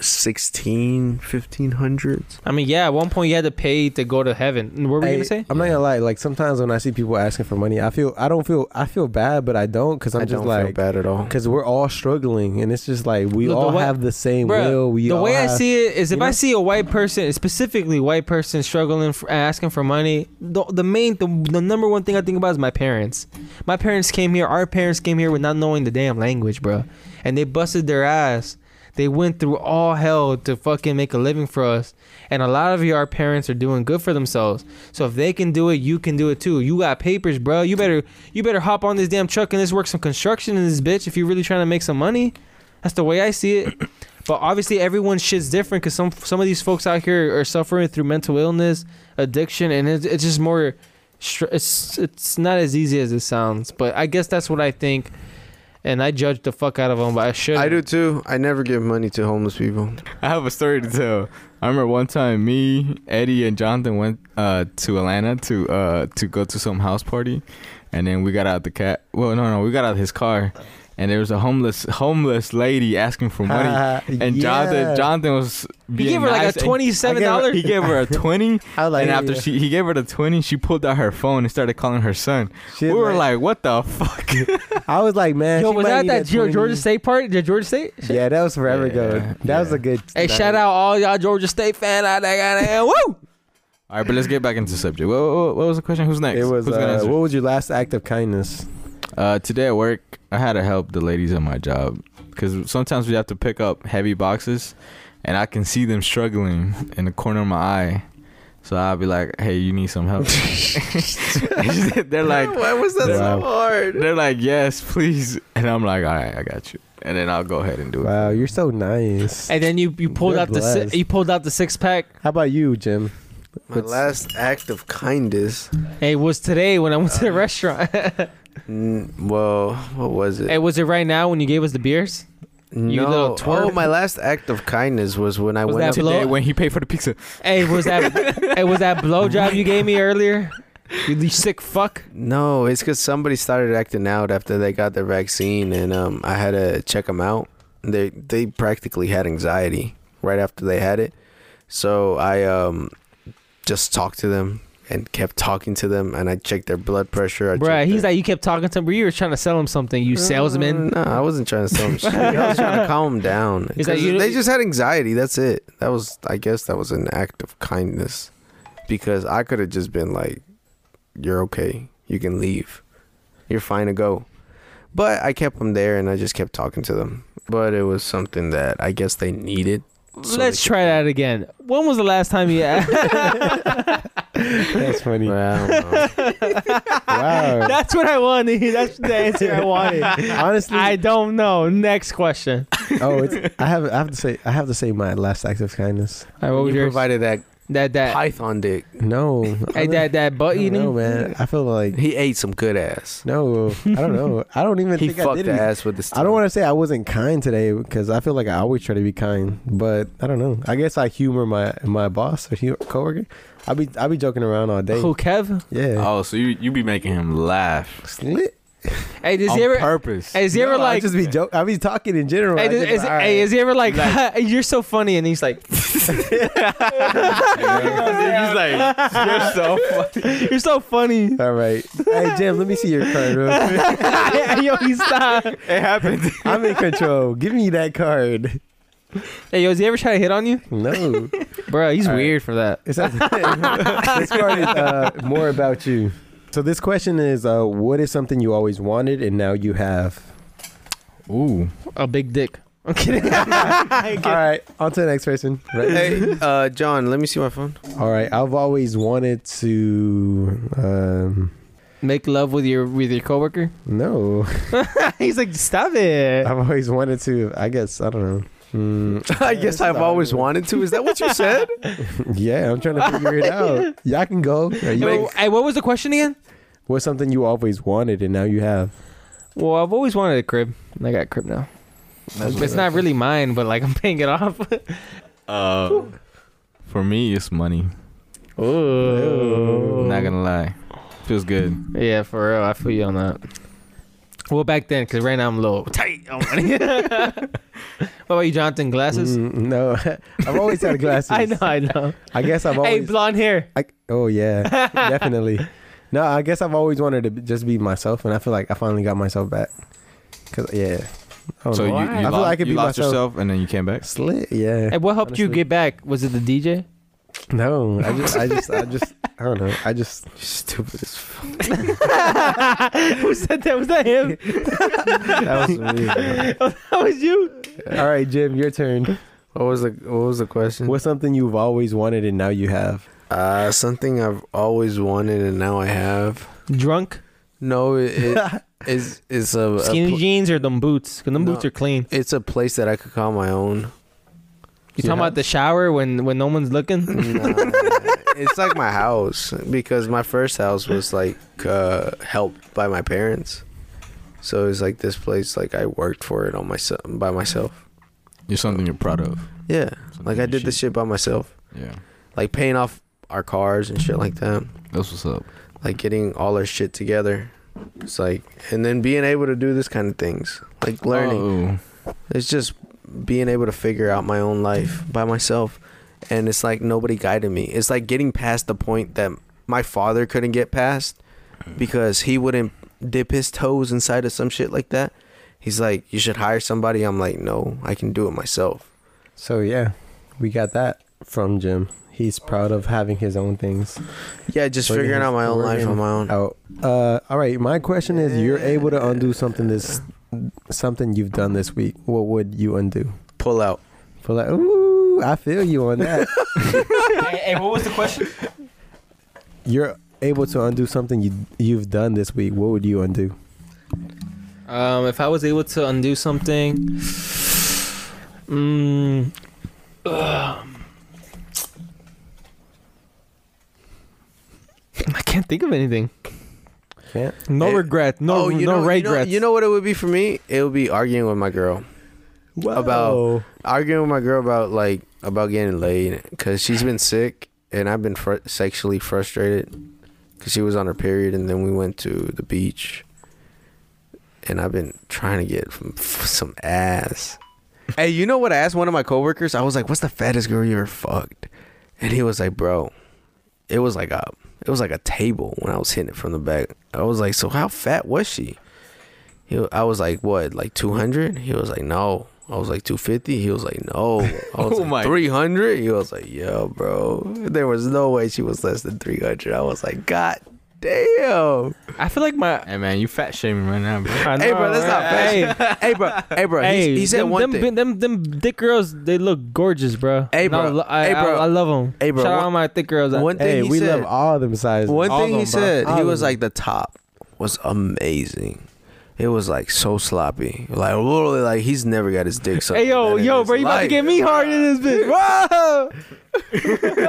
S1: 16 1500s.
S2: I mean, yeah, at one point you had to pay to go to heaven. What were you
S4: Hey,
S2: gonna say?
S4: I'm not gonna lie. Like sometimes when I see people asking for money, I feel I don't feel I feel bad, but I don't because I'm
S1: I
S4: just
S1: don't feel
S4: like
S1: bad at all.
S4: because we're all struggling, and it's just like we
S2: Look, the
S4: all
S2: way-
S4: have the same
S2: Bruh,
S4: will. We
S2: the
S4: all
S2: way I
S4: have-
S2: see it is,
S4: you
S2: if
S4: know?
S2: I see a white person, specifically white person, struggling for asking for money, the, the main, the, the number one thing I think about is my parents. My parents came here, our parents came here with not knowing the damn language, bro, and they busted their ass. They went through all hell to fucking make a living for us, and a lot of you, our parents, are doing good for themselves. So if they can do it, you can do it too. You got papers, bro. You better, you better hop on this damn truck and let's work some construction in this bitch if you're really trying to make some money. That's the way I see it. But obviously, everyone's shit's different because some some of these folks out here are suffering through mental illness, addiction, and it's, it's just more. str- It's it's not as easy as it sounds. But I guess that's what I think, and I judge the fuck out of them. But I should.
S1: I do too. I never give money to homeless people.
S5: I have a story to tell. I remember one time me, Eddie, and Jonathan went uh, to Atlanta to uh, to go to some house party, and then we got out the cat. Well, no, no, we got out his car, and there was a homeless homeless lady asking for
S4: Ah,
S5: money. And Jonathan, Jonathan was
S2: He
S5: being
S2: gave her
S5: nice
S2: like a
S5: and-
S2: twenty-seven
S5: He
S2: dollars.
S5: gave her a twenty,
S4: I was like,
S5: and after she he gave her the twenty, she pulled out her phone and started calling her son.
S4: she
S5: we
S4: was
S5: were like, "What the fuck?"
S4: I was like, man,
S2: Yo,
S4: she
S2: was
S4: might
S2: that
S4: need
S2: that Geo-
S4: 20.
S2: Georgia State part? The Georgia State?
S4: Yeah, that was forever
S5: Yeah,
S4: ago. That was
S5: yeah.
S4: a good.
S2: Hey, shout out all y'all Georgia State fan out there, goddamn. Woo!
S5: All right, but let's get back into the subject. What, what, what was the question? Who's next?
S4: It was
S5: Who's gonna
S4: uh,
S5: answer?
S4: what was your last act of kindness?
S5: Uh, today at work, I had to help the ladies at my job because sometimes we have to pick up heavy boxes, and I can see them struggling in the corner of my eye. So I'll be like, "Hey, you need some help?" they're like,
S1: why was that so
S4: Wow.
S1: hard?
S5: "They're like, yes, please," and I'm like, "All right, I got you," and then I'll go ahead and do it.
S4: Wow, you're so nice.
S2: And then you you pulled
S4: We're
S2: out the si-
S4: blessed.
S2: you pulled out the six pack.
S4: How about you, Jim?
S1: My last act of kindness.
S2: Hey, it was today when I went to the restaurant.
S1: N- well, what was it?
S2: hey, was it right now when you gave us the beers? you little twerp.
S1: Oh, my last act of kindness was when I
S2: Was
S1: went
S2: that
S1: up
S2: blow-
S5: Today when he paid for the pizza.
S2: Hey, was that hey, was
S4: Oh
S2: that blowjob you gave me earlier? You, you sick fuck.
S1: No, it's because somebody started acting out after they got their vaccine, and um, I had to check them out. They they practically had anxiety right after they had it, so I um just talked to them and kept talking to them, and I checked their blood pressure. I
S2: Bruh,
S1: checked
S2: he's
S1: their-
S2: like you kept talking to him, but you were trying to sell him something, you
S4: Mm,
S2: salesman.
S1: No, Mm, I wasn't trying to sell them shit. I was trying to calm them down.
S2: He's like,
S1: 'Cause
S2: you-
S1: they just had anxiety. That's it. That was, I guess, that was an act of kindness, because I could have just been like, "You're okay. You can leave. You're fine to go." But I kept them there, and I just kept talking to them. But it was something that I guess they needed. so they
S2: Let's
S1: could-
S2: try that again. When was the last time you
S4: That's funny.
S1: Well, I don't know.
S4: Wow.
S2: That's what I wanted. That's the answer I wanted.
S4: Honestly,
S2: I don't know. Next question.
S4: oh, it's, I have. I have to say. I have to say my last act of kindness.
S2: All right, what was
S1: you
S2: yours? Uh,
S1: provided that
S2: that that
S1: python dick.
S4: No.
S2: hey, that that butt
S4: I don't know,
S2: eating.
S4: man. I feel like
S1: He ate some good ass.
S4: no. I don't know. I don't even
S1: He
S4: think I
S1: fucked
S4: did.
S1: the
S4: anything.
S1: ass with this.
S4: I don't want to say I wasn't kind today because I feel like I always try to be kind, but I don't know. I guess I humor my my boss or humor, coworker. I be I be joking around all day.
S2: Who Kev?
S4: Yeah,
S5: Oh, so you you be making him laugh
S4: slit.
S2: Hey, does
S5: on
S2: he ever?
S5: purpose.
S2: Hey, oh. is he
S4: No,
S2: ever
S4: I
S2: like?
S4: just be joke. I be talking in general.
S2: Hey,
S4: I
S2: does,
S4: just be
S2: is,
S4: like, "All right."
S2: hey, is he ever like, you're so funny? And he's like,
S5: He's like, you're so funny.
S2: you're so funny.
S4: all right. Hey Jim, let me see your card. real quick.
S2: hey, yo, he stop.
S5: It happened.
S4: I'm in control. Give me that card.
S2: Hey, yo, does he ever try to hit on you?
S4: No,
S2: Bro, he's
S4: All right.
S2: weird for that.
S4: it's not, this card is uh, more about you. So this question is, uh, what is something you always wanted and now you have?
S5: Ooh.
S2: A big dick. I'm kidding. I'm kidding.
S4: All right, on to the next person. Right?
S1: Hey, uh, John, let me see my phone.
S4: All right, I've always wanted to. Um,
S2: Make love with your with your coworker.
S4: no,
S2: he's like, stop it.
S4: I've always wanted to. I guess I don't know. Mm,
S1: I guess I've always wanted to. Is that what you said?
S4: yeah, I'm trying to figure it out. Y'all can go. Are you-
S2: Yo, hey, what was the question again?
S4: what's something you always wanted and now you have?
S2: Well, I've always wanted a crib. and I got a crib now. it's not really mine, but like I'm paying it off.
S5: Uh, for me, it's money.
S2: Ooh.
S5: Not gonna lie, feels good.
S2: Yeah, for real. I feel you on that. Well, back then, because right now I'm low tight on money. what about you, Jonathan? Glasses?
S4: Mm, no, I've always had glasses.
S2: I know, I know.
S4: I guess I've always.
S2: Hey, blonde hair.
S4: I, oh yeah, definitely. No, I guess I've always wanted to be- just be myself, and I feel like I finally got myself back. Cause yeah, I don't
S5: So you,
S4: know.
S5: you,
S4: I feel
S5: lo-
S4: like I could
S5: you
S4: be
S5: lost
S4: myself.
S5: yourself and then you came back.
S4: Slit, yeah.
S2: Hey, what helped you
S4: honestly.
S2: get back? Was it the DJ?
S4: No, I just, I just, I just, I don't know. I just,
S1: Stupid as fuck.
S2: Who said that? Was that him?
S4: that was me. bro.
S2: That was you?
S4: All right, Jim, your turn.
S1: What was the What was the
S5: Mm.
S1: question?
S4: What's something you've always wanted and now you have?
S1: Uh, something I've always wanted and now I have.
S2: Drunk?
S1: No, it, it is it's a, a
S2: Skinny
S1: pl-
S2: jeans or them boots? Because them
S1: No.
S2: boots are clean.
S1: it's a place that I could call my own.
S2: You
S4: Yeah.
S2: talking about the shower when, when no one's looking?
S1: Nah, it's like my house because my first house was like uh, helped by my parents, so it's like this place like I worked for it on myself by myself.
S5: You're something you're proud of.
S1: Yeah,
S5: Something
S1: like I
S5: you
S1: did this
S5: should-
S1: shit by myself,
S5: Yeah,
S1: like paying off our cars and shit like that.
S5: that's what's up.
S1: like getting all our shit together. It's like, and then being able to do this kind of things, like learning.
S5: Oh,
S1: It's just being able to figure out my own life by myself. And it's like nobody guided me. It's like getting past the point that my father couldn't get past because he wouldn't dip his toes inside of some shit like that. He's like, you should hire somebody. I'm like, no, I can do it myself.
S4: So yeah, we got that from Jim. He's proud of having his own things
S1: Yeah, just
S4: Working
S1: figuring
S4: his-
S1: out my own life on
S4: working
S1: my own.
S4: out. Uh, all right, my question is: You're able to undo something this, something you've done this week. What would you undo?
S1: Pull out.
S4: For like, ooh, I feel you on that.
S2: hey, hey, what was the question?
S4: You're able to undo something you you've done this week. What would you undo?
S2: Um, if I was able to undo something, mm, ugh. can't think of anything.
S4: Can't.
S2: No
S1: Eh,
S2: regret. No,
S1: you
S2: no
S1: know, You
S2: regrets.
S1: know, you know what it would be for me? It would be arguing with my girl. About arguing with my girl about like about getting laid because she's been sick and I've been fr- sexually frustrated because she was on her period and then we went to the beach and I've been trying to get some, some ass. hey, you know what? I asked one of my coworkers. I was like, "What's the fattest girl you ever fucked?" And he was like, "Bro, it was like a it was like a table when I was hitting it from the back." I was like, "So how fat was she?" He, I was like, "What? Like 200?" He was like, "No." I was like 250. He was like, "No." I was
S3: Oh my-
S1: like 300. He was like, "Yo, bro, there was no way she was less than 300." I was like, "God damn."
S2: I feel like my.
S3: Hey man, you fat shaming right now, bro.
S2: I
S1: Hey,
S2: know,
S1: bro, that's not
S2: right?
S1: fashion. Hey, bro. Hey, bro.
S2: Hey,
S1: he, he said
S2: them,
S1: one
S2: them,
S1: thing.
S2: Them, them thick girls, they look gorgeous, bro.
S1: Hey,
S2: And I
S1: bro.
S2: lo- I,
S1: Hey, bro.
S2: I, I love them.
S1: Hey, bro,
S2: Shout out
S1: one-
S2: all my thick girls.
S1: one thing
S4: Hey,
S1: he
S4: we
S1: said.
S4: love all of them sizes.
S1: One
S4: All
S1: thing
S4: of
S1: he
S4: them, bro.
S1: said,
S4: All
S1: he
S4: of
S1: was
S4: them.
S1: like the top was amazing. It was like so sloppy. Like literally, like he's never got his dick sucked.
S2: Hey, yo,
S1: in
S2: yo,
S1: his
S2: bro, you about to
S1: life.
S2: get me hard in this bitch. Whoa!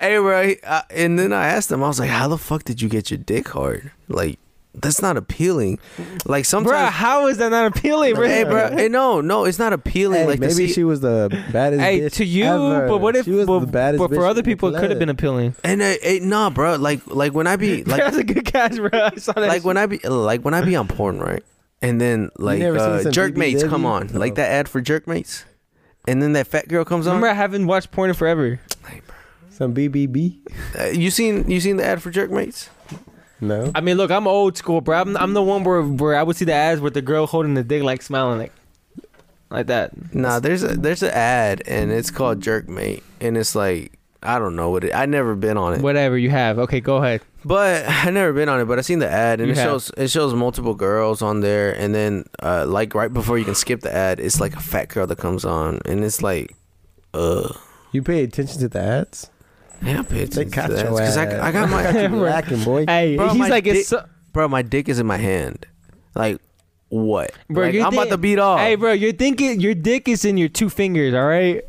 S1: Hey, bro. he- I- and then I asked him, I was like, "How the fuck did you get your dick hard? Like that's not appealing. Like sometimes."
S2: Bro, how is that not appealing, bro?
S1: Hey, bro. Hey, no, no, it's not appealing.
S4: Hey,
S1: like to
S4: maybe
S1: see-
S4: she was the baddest.
S2: Hey,
S4: bitch
S2: to you,
S4: ever.
S2: but what if?
S4: She was
S2: but,
S4: the baddest
S2: but for
S4: bitch
S2: other
S4: on the
S2: people, it could have been
S4: planet.
S2: appealing.
S1: and uh, hey, nah, bro. Like, like when I be like,
S2: that's a good catch, bro. I saw that
S1: like
S2: shit.
S1: when I be like when I be on porn, right? And then like
S4: never
S1: uh,
S4: seen some
S1: Jerkmates
S4: BBW?
S1: come on, like that ad for Jerkmates, and then that fat girl comes on.
S2: Remember, I haven't watched porn in forever.
S4: some BBB.
S1: Uh, you seen you seen the ad for Jerkmates?
S4: No,
S2: I mean, look, I'm old school, bro. I'm, I'm the one where, where I would see the ads with the girl holding the dick, like smiling, like like that.
S1: Nah, there's a there's an ad and it's called Jerkmate, and it's like I don't know what it. I never been on it,
S2: Whatever you have. Okay, go ahead.
S1: but I never been on it. But I seen the ad and
S2: You
S1: it
S2: have.
S1: shows it shows multiple girls on there, and then uh, like right before you can skip the ad, it's like a fat girl that comes on, and it's like, uh.
S4: you pay attention to the ads.
S1: Yeah, bitch.
S4: They got your
S1: Because I, I got
S4: ass.
S1: my
S4: They got you lacking, boy.
S2: Hey,
S1: Bro, my
S2: he's like,
S1: dick-
S2: it's so,
S1: bro, my dick is in my hand. Like, what?
S2: Bro,
S1: Like,
S2: you
S1: I'm about
S2: think-
S1: to beat off.
S2: hey, bro, you're thinking your dick is in your two fingers, all right?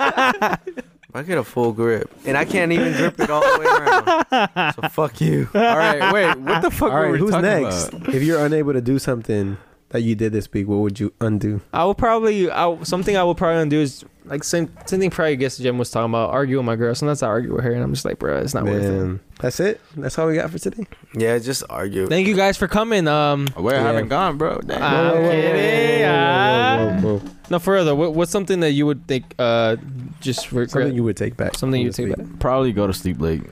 S1: I get a full grip, and I can't even grip it all the way around. So fuck you.
S3: All right, wait. What the fuck
S4: All
S3: were
S4: right,
S3: we
S4: who's
S3: talking
S4: next?
S3: about?
S4: If you're unable to do something that you did this week, what would you undo?
S2: I will probably, I, something I will probably do is like same, same thing. Probably I guess Jim was talking about argue with my girl. Sometimes I argue with her, and I'm just like, bro, it's not worth it.
S4: Man, that's it. That's all we got for today.
S1: Yeah, just argue.
S2: Thank you guys for coming. Um,
S3: Where I
S4: Yeah.
S3: haven't gone, bro. Damn.
S2: I'm
S4: Whoa, whoa, whoa,
S2: kidding.
S4: whoa, whoa,
S2: Ah.
S4: whoa, whoa, whoa.
S2: no further. What, what's something that you would think? Uh, just regret.
S4: Something you would take back.
S2: Something
S4: from
S2: you
S4: this
S2: take
S4: week.
S2: back.
S3: Probably go to sleep late,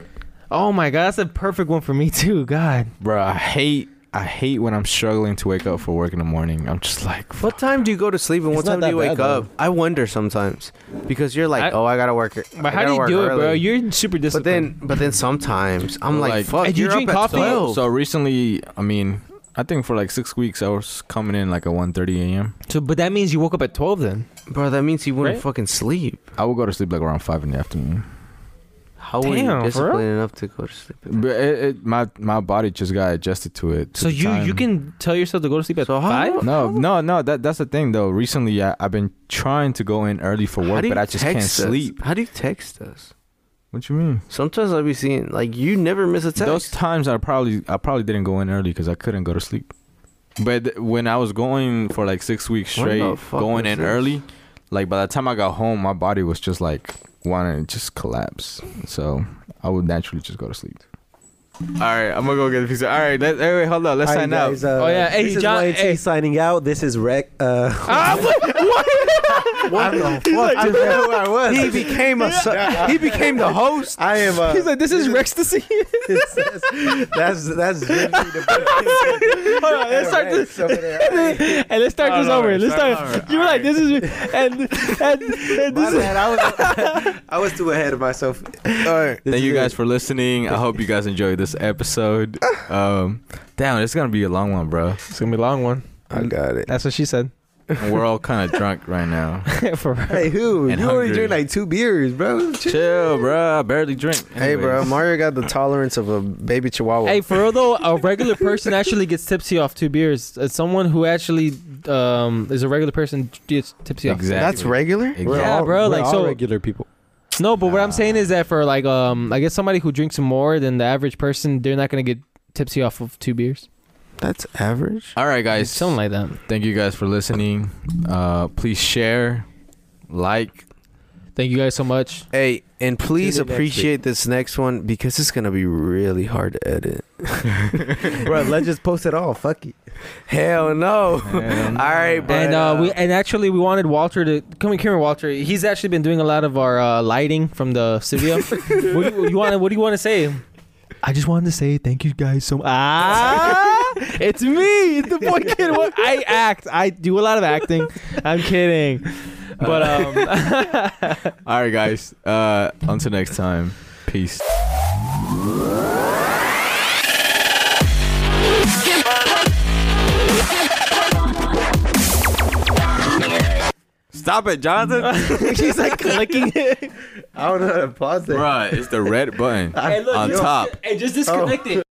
S2: Oh my god, that's a perfect one for me too. God,
S3: bro. I hate. I hate when I'm struggling to wake up for work in the morning. I'm just like,
S1: What time do you go to sleep and
S4: It's
S1: what
S4: not
S1: time do you
S4: that
S1: wake
S4: bad,
S1: up? I wonder sometimes because you're like,
S2: I-
S1: oh, I gotta work.
S2: but how do you do it, bro? You're super
S1: But
S2: disciplined.
S1: then, but then sometimes I'm like,
S3: Like-
S1: fuck.
S2: Hey, do you
S1: you're
S2: drink
S1: up
S2: coffee?
S1: At 12.
S3: So recently, I mean, I think for like six weeks, I was coming in like at 1:30 a.m.
S2: so, but that means you woke up at twelve then.
S1: bro, that means you wouldn't
S2: Right?
S1: fucking sleep.
S3: I would go to sleep like around five in the afternoon.
S1: How were
S2: Damn, for
S1: you
S2: real?
S1: disciplined enough to go to sleep?
S3: But it, it, my my body just got adjusted to it. to
S2: So
S3: the
S2: you you
S3: time.
S2: can tell yourself to go to sleep at
S1: So how-
S2: five.
S3: No, no, no. That that's the thing though. Recently, I, I've been trying to go in early for
S1: How
S3: work,
S1: do
S3: but
S1: you
S3: I just can't
S1: text us?
S3: sleep.
S1: How do you text us?
S3: What you mean?
S1: Sometimes I'll be seeing like you never miss a text.
S3: Those times I probably I probably didn't go in early because I couldn't go to sleep. But th- when I was going for like six weeks
S1: When the
S3: straight,
S1: fuck
S3: going
S1: was
S3: in
S1: this?
S3: early, like by the time I got home, my body was just like wanting to just collapse. So I would naturally just go to sleep. All right, I'm gonna go get a pizza. All right, let, hey, wait, hold on, let's
S4: All right,
S3: sign
S4: guys,
S3: out.
S4: uh,
S2: Oh, yeah. Hey,
S4: this
S2: John-
S4: is YT
S2: hey.
S4: signing out. This is Rec. Uh,
S2: Ah, what?
S1: What the fuck?
S4: I don't know where I was.
S1: he became a su- he became the host.
S4: I am. Uh,
S2: He's like, this is Rex to see.
S4: that's that's.
S2: Hold on, let's start this. and let's start this over. Let's start. you were like, this is and and, and this is.
S4: I was, I was too ahead of myself.
S1: All right.
S3: Thank you guys for listening. I hope you guys enjoyed this episode. Um, damn, it's gonna be a long one, bro.
S2: It's gonna be a long one.
S1: I got it.
S2: That's what she said.
S3: We're all kind of drunk right now.
S2: For real.
S4: Hey, who?
S3: And
S4: you already
S3: hungry.
S4: drank like two beers, bro. Chill.
S3: Chill, bro. I barely drink.
S1: Hey, bro,
S3: Anyways.
S1: Mario got the tolerance of a baby
S4: Oh.
S1: chihuahua.
S2: Hey, for real though, a regular person actually gets tipsy off two beers. Uh, Someone who actually um is a regular person gets tipsy off.
S3: Exactly.
S1: That's regular.
S3: Exactly.
S2: Yeah, bro,
S4: we're
S2: like, so-
S4: regular people.
S2: No, but what I'm saying is that for like um, I guess somebody who drinks more than the average person, they're not gonna get tipsy off of two beers,
S1: That's average.
S3: All right, guys.
S2: something like that.
S3: Thank you guys for listening. Uh, please share, like.
S2: Thank you guys so much.
S1: Hey, and please
S4: Tune in next
S1: appreciate this next one because it's gonna be really hard to edit.
S4: bro. Let's just post it all. Fuck it.
S1: Hell no. All right, bro.
S2: and uh, we and actually we wanted Walter to come in here, Walter. He's actually been doing a lot of our uh, lighting from the studio. what do you, you want? What do you want to say? I just wanted to say thank you guys so much. Ah, it's me, it's the boy kid. What I act, I do a lot of acting. I'm kidding, but um,
S3: All right, guys. Uh, until next time. Peace. Stop it, Jonathan.
S2: she's like clicking it.
S4: I don't know how to pause it.
S3: Bruh, it's the red button
S2: Hey, look,
S3: on
S2: you-
S3: top.
S2: Hey, just disconnect it.